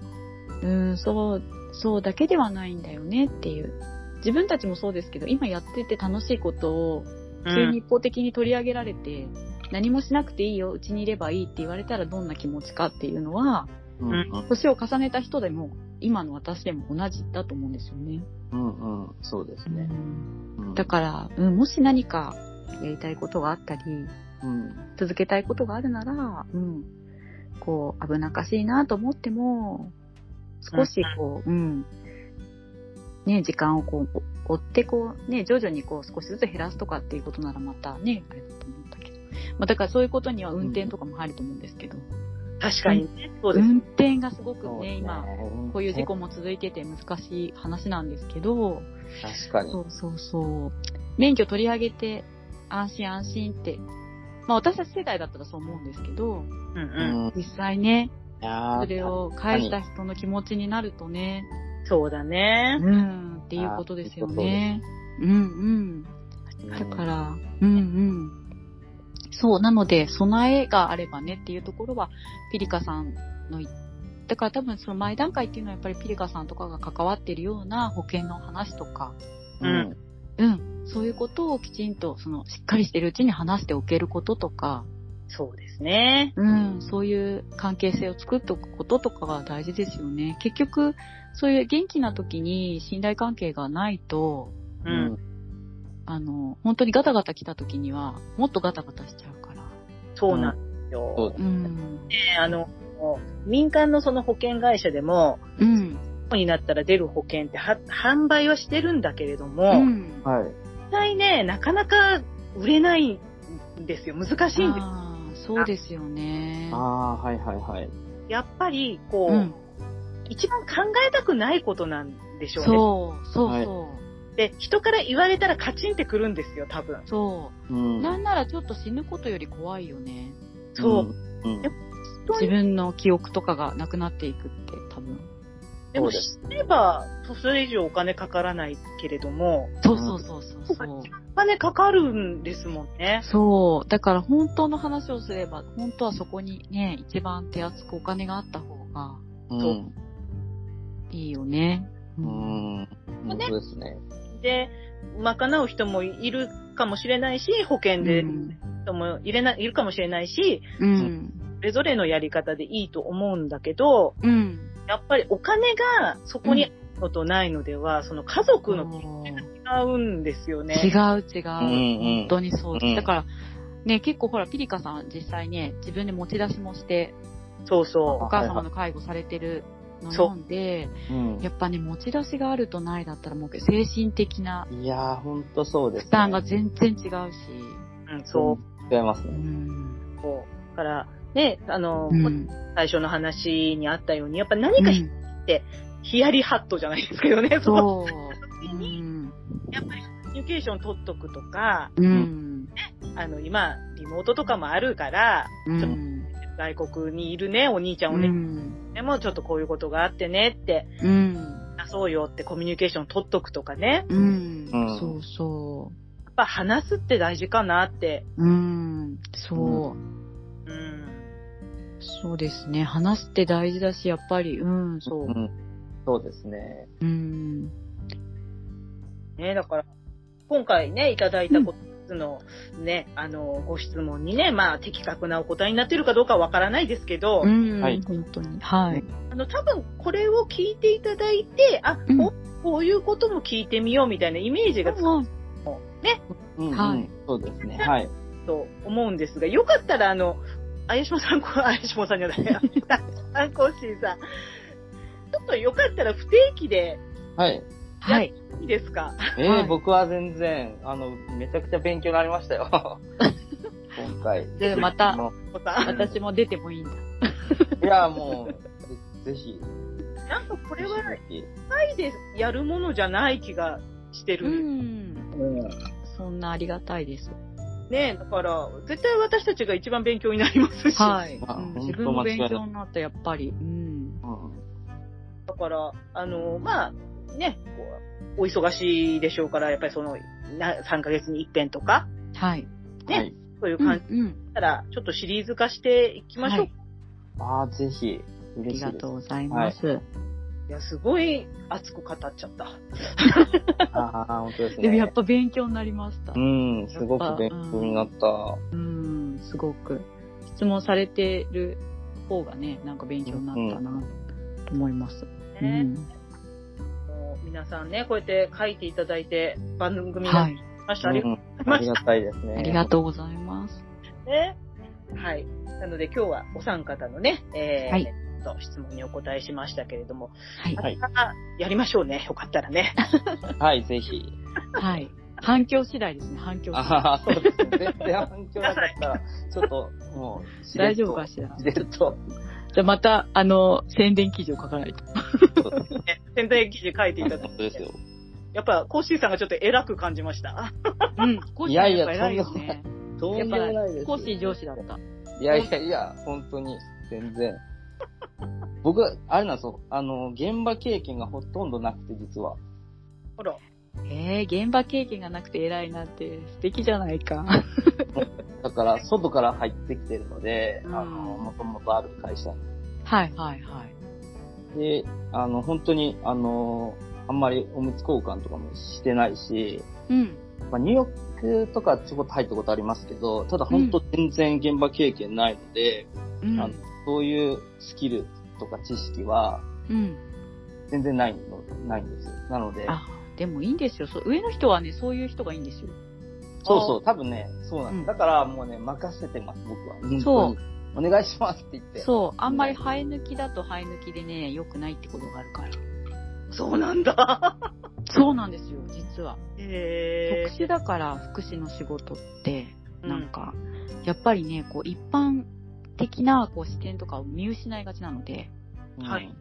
Speaker 3: うーん、そう、そうだけではないんだよねっていう。自分たちもそうですけど、今やってて楽しいことを急に一方的に取り上げられて、何もしなくていいよ、うちにいればいいって言われたらどんな気持ちかっていうのは、
Speaker 2: うんうん
Speaker 3: 年を重ねた人でも、今の私でも同じだと思うんですよね。
Speaker 2: うんうん。そうですね。うん
Speaker 3: だから、うん、もし何かやりたいことがあったり、
Speaker 2: うん
Speaker 3: 続けたいことがあるなら、うん、こう、危なっかしいなと思っても、少しこう、うん、ね、時間をこう、追ってこう、ね、徐々にこう、少しずつ減らすとかっていうことならまたね、あれだと思うんだけど。まあ、だからそういうことには運転とかも入ると思うんですけど、
Speaker 1: 確かにね。そうです。
Speaker 3: 運転がすごく
Speaker 2: そうです
Speaker 3: ね、
Speaker 2: ね
Speaker 3: 今、こういう事故も続いてて難しい話なんですけど、
Speaker 2: 確かに。
Speaker 3: そうそうそう。免許取り上げて、安心安心って。まあ私たち世代だったらそう思うんですけど、
Speaker 1: うんう。
Speaker 2: うんん。い
Speaker 3: 実際ね、
Speaker 2: やー
Speaker 3: それを返した人の気持ちになるとね、
Speaker 1: そうだね。
Speaker 3: うん、っていうことですよね。うん
Speaker 2: うん
Speaker 3: うん。だから、うんうん。そう、なので、備えがあればねっていうところは、ピリカさんのだから多分その前段階っていうのはやっぱりピリカさんとかが関わってるような保険の話とか、
Speaker 1: うん
Speaker 3: うん、そういうことをきちんとそのしっかりしてるうちに話しておけることとか、
Speaker 1: そうですね。
Speaker 3: うん、そういう関係性を作っておくこととかが大事ですよね。結局、そういう元気な時に信頼関係がないと、
Speaker 1: う
Speaker 2: うんん。。
Speaker 3: あの、本当にガタガタ来た時には、もっとガタガタしちゃうから。
Speaker 1: そうなんですよ。
Speaker 2: そうで
Speaker 3: うん。
Speaker 1: ねあの、民間のその保険会社でも、
Speaker 3: うん。
Speaker 1: ここになったら出る保険っては販売はしてるんだけれど
Speaker 3: う
Speaker 1: も、
Speaker 3: ん。
Speaker 2: はい。
Speaker 1: 実際ね、なかなか売れないんですよ。難しいんです。
Speaker 3: あーそうですよね。
Speaker 2: ああ、はいはいはい。
Speaker 1: やっぱり、こう、
Speaker 3: うん
Speaker 1: 一番考えたくないことなんでしょうね。
Speaker 3: そう、そうそう。
Speaker 1: で、人から言われたらカチンってくるんですよ、多分。
Speaker 3: そうう。
Speaker 2: ん。
Speaker 3: なんならちょっと死ぬことより怖いよね。
Speaker 1: そう。
Speaker 2: うん。
Speaker 1: やっそう
Speaker 3: 自分の記憶とかがなくなっていくって多分。
Speaker 1: でも
Speaker 2: そう
Speaker 1: 知
Speaker 2: で
Speaker 1: れば、それ以上お金かからないけれども、
Speaker 3: そうそうそうそうそう。
Speaker 1: お金かかるんですもんね。
Speaker 3: そう。だから本当の話をすれば、本当はそこにね、一番手厚くお金があった方が
Speaker 2: う。
Speaker 1: そうん
Speaker 3: いいよね。う
Speaker 2: う。ん。本当ですね。
Speaker 1: で、賄う人もいるかもしれないし、保
Speaker 3: う
Speaker 1: 険で
Speaker 3: ん。
Speaker 1: 人もいれな、いるかもしれないし、
Speaker 3: うん。
Speaker 1: それぞれのやり方でいいと思うんだけど、
Speaker 3: うん。
Speaker 1: やっぱりお金がそこにあるのとないのでは、その家族の違うんですよね。
Speaker 3: 違う違う。
Speaker 2: うんうん
Speaker 3: 本当にそうです。
Speaker 2: うん
Speaker 3: だから、ね、結構ほら、ピリカさん実際ね、自分で持ち出しもして、
Speaker 1: そうそ
Speaker 3: お母様の介護されてるのを
Speaker 1: そう
Speaker 3: 読んで、
Speaker 2: うん。
Speaker 3: やっぱね、持ち出しがあるとないだったらもう精神的ない
Speaker 2: やー、ほんとそうです、ね。
Speaker 3: 負担が全然違うし。
Speaker 1: う。うん、そ
Speaker 2: 違います
Speaker 3: う
Speaker 2: ね。
Speaker 3: ん。
Speaker 1: う。だから、ね、あの、
Speaker 3: うん。
Speaker 1: 最初の話にあったように、やっぱ何か
Speaker 3: うん
Speaker 1: ヒヤリハットじゃないですけどね、そう。
Speaker 3: そう。うん。
Speaker 1: やっぱりコミュニケーション取っとくとか、
Speaker 3: うん。
Speaker 1: あの、今、リモートとかもあるから、
Speaker 3: うん。
Speaker 1: 外国にいるね、お兄ちゃんお
Speaker 3: う
Speaker 1: 姉ち
Speaker 3: ん。
Speaker 1: ゃんでもちょっとこういうことがあってねって、
Speaker 3: うん。
Speaker 1: 話そうよってコミュニケーション取っとくとかね、
Speaker 3: うん
Speaker 2: うん
Speaker 3: そうそ
Speaker 1: やっぱ話すって大事かなって、
Speaker 3: う。うん。そう。
Speaker 1: うん。
Speaker 3: そうですね。話すって大事だし、やっぱり、うん、そう
Speaker 2: う。ん。そうですね。
Speaker 3: うん。
Speaker 1: ね、だから、今回ね、いただいたことの、ね、あの、ご質問にね、まあ、的確なお答えになってるかどうかわからないですけど、
Speaker 3: うん、
Speaker 2: はい
Speaker 3: 本当に。はい。
Speaker 1: あの、多分これを聞いていただいて、あ、
Speaker 3: うん
Speaker 1: こうこういうことも聞いてみようみたいなイメージがつく
Speaker 2: うん、うん
Speaker 3: はい
Speaker 2: そうですね。はい。
Speaker 1: と思うんですが、よかったら、あの、あやしもさん、こ あやしもさんじゃない、あんこしーさん。ちょっとよかったら不定期で
Speaker 2: はい。
Speaker 3: はい。
Speaker 1: いいですか
Speaker 2: えー
Speaker 3: はい
Speaker 2: 僕は全然、あの、めちゃくちゃ勉強になりま したよ。今回。
Speaker 3: じゃあまた、
Speaker 2: も
Speaker 1: お子さん
Speaker 3: 私も出てもいいんだ。
Speaker 2: ういや、もう、ぜ ぜひ。
Speaker 1: なんかこれは、
Speaker 2: ぜひぜ
Speaker 1: 二人でやるものじゃない気がして
Speaker 3: う
Speaker 1: る。
Speaker 3: ん。
Speaker 2: ひうん。
Speaker 3: そんなありがたいです。
Speaker 1: ねえだから、絶対私たちが一番勉強になりますし。
Speaker 3: はい。
Speaker 2: まあ
Speaker 3: うん
Speaker 2: 本当
Speaker 3: 自分も
Speaker 2: 間違
Speaker 3: 勉
Speaker 2: いない
Speaker 3: 強になった、やっぱり。うん。
Speaker 1: だから、あの、まあ、ね、こうお忙しいでしょうから、やっぱりその、な3ヶ月に一遍とか、
Speaker 3: はい。
Speaker 1: ね
Speaker 2: はい。
Speaker 1: そういう
Speaker 3: うん。う
Speaker 1: 感じ
Speaker 3: ん。
Speaker 1: たら、ちょっとシリーズ化していきましょう。
Speaker 3: はい
Speaker 2: ああ、ぜひ。
Speaker 3: あ
Speaker 2: 嬉
Speaker 3: り
Speaker 2: しい
Speaker 3: が
Speaker 2: です
Speaker 3: とう。ございます。
Speaker 1: いや、すごい熱く語っちゃった。
Speaker 2: ああ、本当ですね。
Speaker 3: でもやっぱ勉強になりました
Speaker 2: う。ん、すごく勉強になった。
Speaker 3: うん、すごく。質問されてる方がね、なんか勉強になったな、と思います。う
Speaker 1: ね
Speaker 3: ん。
Speaker 1: もう皆さんね、こうやって書いていただいて、番組にな
Speaker 3: は
Speaker 1: り
Speaker 3: い。
Speaker 1: ました。あ
Speaker 2: う
Speaker 1: りがと
Speaker 2: んありがたいですね。
Speaker 3: ありがとうございます。
Speaker 1: うね。はい。なので今日はお三方のね、えー
Speaker 3: はい
Speaker 1: と質問にお答えしましたけれども、
Speaker 3: はい。
Speaker 2: はい
Speaker 1: またやりましょうね。よかったらね。
Speaker 2: はい、ぜひ。
Speaker 3: はい。反響次第ですね、反響次第。
Speaker 2: ああ、そうですね。全然反響なかったら、ちょっと、もうしれ
Speaker 3: 大
Speaker 2: っと、
Speaker 3: 丈夫かしら。
Speaker 2: しれっと。
Speaker 3: じゃあまた、あの、宣伝記事を書かないと。
Speaker 1: ね全体記事書いていただい
Speaker 2: そうです
Speaker 1: て。
Speaker 2: よ。
Speaker 1: やっぱ、コッシーさんがちょっと偉く感じました。
Speaker 3: うん。コーシーやっぱ偉いよ
Speaker 2: いやい
Speaker 3: ね。
Speaker 2: どう
Speaker 3: やっぱ
Speaker 2: もないですよ
Speaker 3: コーシー上司だった。
Speaker 2: いやいやいや、本当に、全然。僕、あれなんですよ。あの、現場経験がほとんどなくて、実は。
Speaker 1: ほら。
Speaker 3: えー、現場経験がなくて偉いなんて素敵じゃない か。
Speaker 2: だから、外から入ってきてるので、
Speaker 3: うん
Speaker 2: あの、もともとある会社
Speaker 3: はいはいはい。
Speaker 2: で、あの、本当に、あの、あんまりおむつ交換とかもしてないし、
Speaker 3: うん。
Speaker 2: まあ、入浴とかちょこっと入ったことありますけど、ただ本当全然現場経験ないので、
Speaker 3: うん
Speaker 2: あのそういうスキルとか知識は
Speaker 3: うん。
Speaker 2: 全然ないの、ないんですよ。なので、
Speaker 3: あ、でもいいんですよ。そう上の人はね、そういう人がいいんですよ。
Speaker 2: そうそう、多分ね、そうなんです。
Speaker 3: うん
Speaker 2: だからもうね、任せてます、僕は。本当
Speaker 3: そう
Speaker 2: に。お願いしますって言って。
Speaker 3: そう。あんまり生え抜きだと生え抜きでね、良くないってことがあるから。
Speaker 1: そうなんだ。
Speaker 3: そうなんですよ、実は。
Speaker 1: へ
Speaker 3: 特殊だから、福祉の仕事って、
Speaker 1: うん
Speaker 3: なんか、やっぱりね、こう、一般的なこう視点とかを見失いがちなので、
Speaker 2: うん
Speaker 1: はい。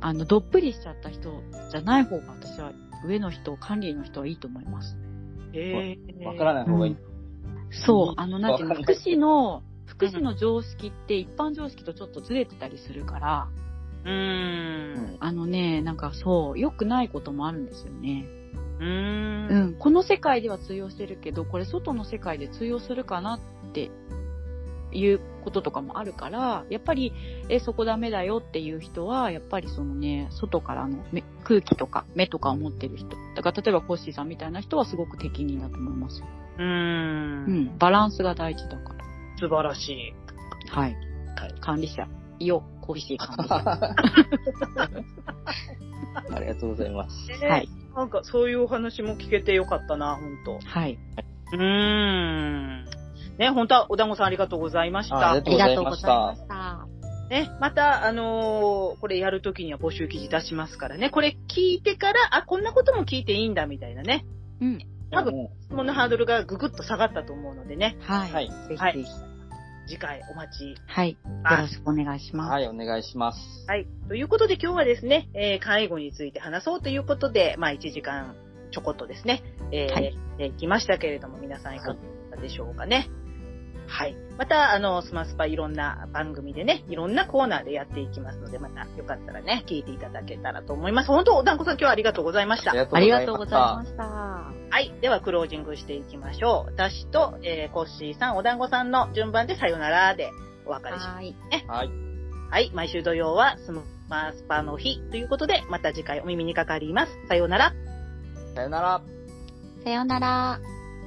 Speaker 3: あの、どっぷりしちゃった人じゃない方が私は、上の人、管理の人はいいと思います。
Speaker 1: え。へえ。
Speaker 2: わからない方がいい。
Speaker 3: そう、あの、なんていうの、
Speaker 2: わか
Speaker 3: 福
Speaker 2: んない
Speaker 3: 祉の、福祉の常識って一般常識とちょっとずれてたりするから、
Speaker 1: うーん。
Speaker 3: あのね、なんかそう、良くないこともあるんですよね。
Speaker 1: うー。
Speaker 3: うんん、この世界では通用してるけど、これ外の世界で通用するかなっていうこととかもあるから、やっぱり、え、そこダメだよっていう人は、やっぱりそのね、外からの目空気とか目とかを持ってる人。だから例えばコッシーさんみたいな人はすごく適任だと思いますよ。
Speaker 1: う。
Speaker 3: うんん、バランスが大事だから。
Speaker 1: 素晴らしい。
Speaker 3: はい。
Speaker 2: はい
Speaker 3: 管理者。よ、コッシー管理者。
Speaker 2: ありがとうございます。
Speaker 3: はい。
Speaker 1: なんかそういうお話も聞けてよかったな、ほんと。
Speaker 3: はい。
Speaker 1: うーん。ね、本当はお団子さんありがとうございまし
Speaker 2: ああ
Speaker 1: た
Speaker 2: りが。
Speaker 4: あ
Speaker 2: とう
Speaker 4: り
Speaker 2: ご
Speaker 4: が
Speaker 2: ざい
Speaker 4: とうご
Speaker 2: ま
Speaker 4: ざ
Speaker 2: し
Speaker 4: い
Speaker 2: た
Speaker 4: ま。した。
Speaker 1: ね、また、あのーこれやるときには募集記事出しますからね。これ聞いてから、あ、こんなことも聞いていいんだ、みたいなね。
Speaker 3: うん。
Speaker 1: 多分質問のハードルがぐぐっと下がったと思うのでね。
Speaker 3: はい。
Speaker 2: はい
Speaker 3: ぜひぜひ。
Speaker 1: は
Speaker 3: はいい。
Speaker 1: 次回お待ち。
Speaker 3: よろしくお願いします。
Speaker 2: はい、お願いします。
Speaker 1: はい。ということで今日はですね、えー介護について話そうということで、まあ1時間ちょこっとですね、えー
Speaker 3: はい
Speaker 1: できましたけれども、皆さんいかがだったでしょうかね。はい。また、あの、スマスパいろんな番組でね、いろんなコーナーでやっていきますので、またよかったらね、聞いていただけたらと思います。本当、お団子さん今日はありがとうございました。
Speaker 3: ありがとうございま
Speaker 2: し
Speaker 3: した。は
Speaker 1: はい。では、クロージングしていきましょう。私と、えーコッシーさん、お団子さんの順番でさよならでお別れします。
Speaker 4: はい。
Speaker 2: た。はい。
Speaker 1: はい。毎週土曜はスマスパの日ということで、また次回お耳にかかります。さようなら。
Speaker 2: さよなら。
Speaker 4: さようなら。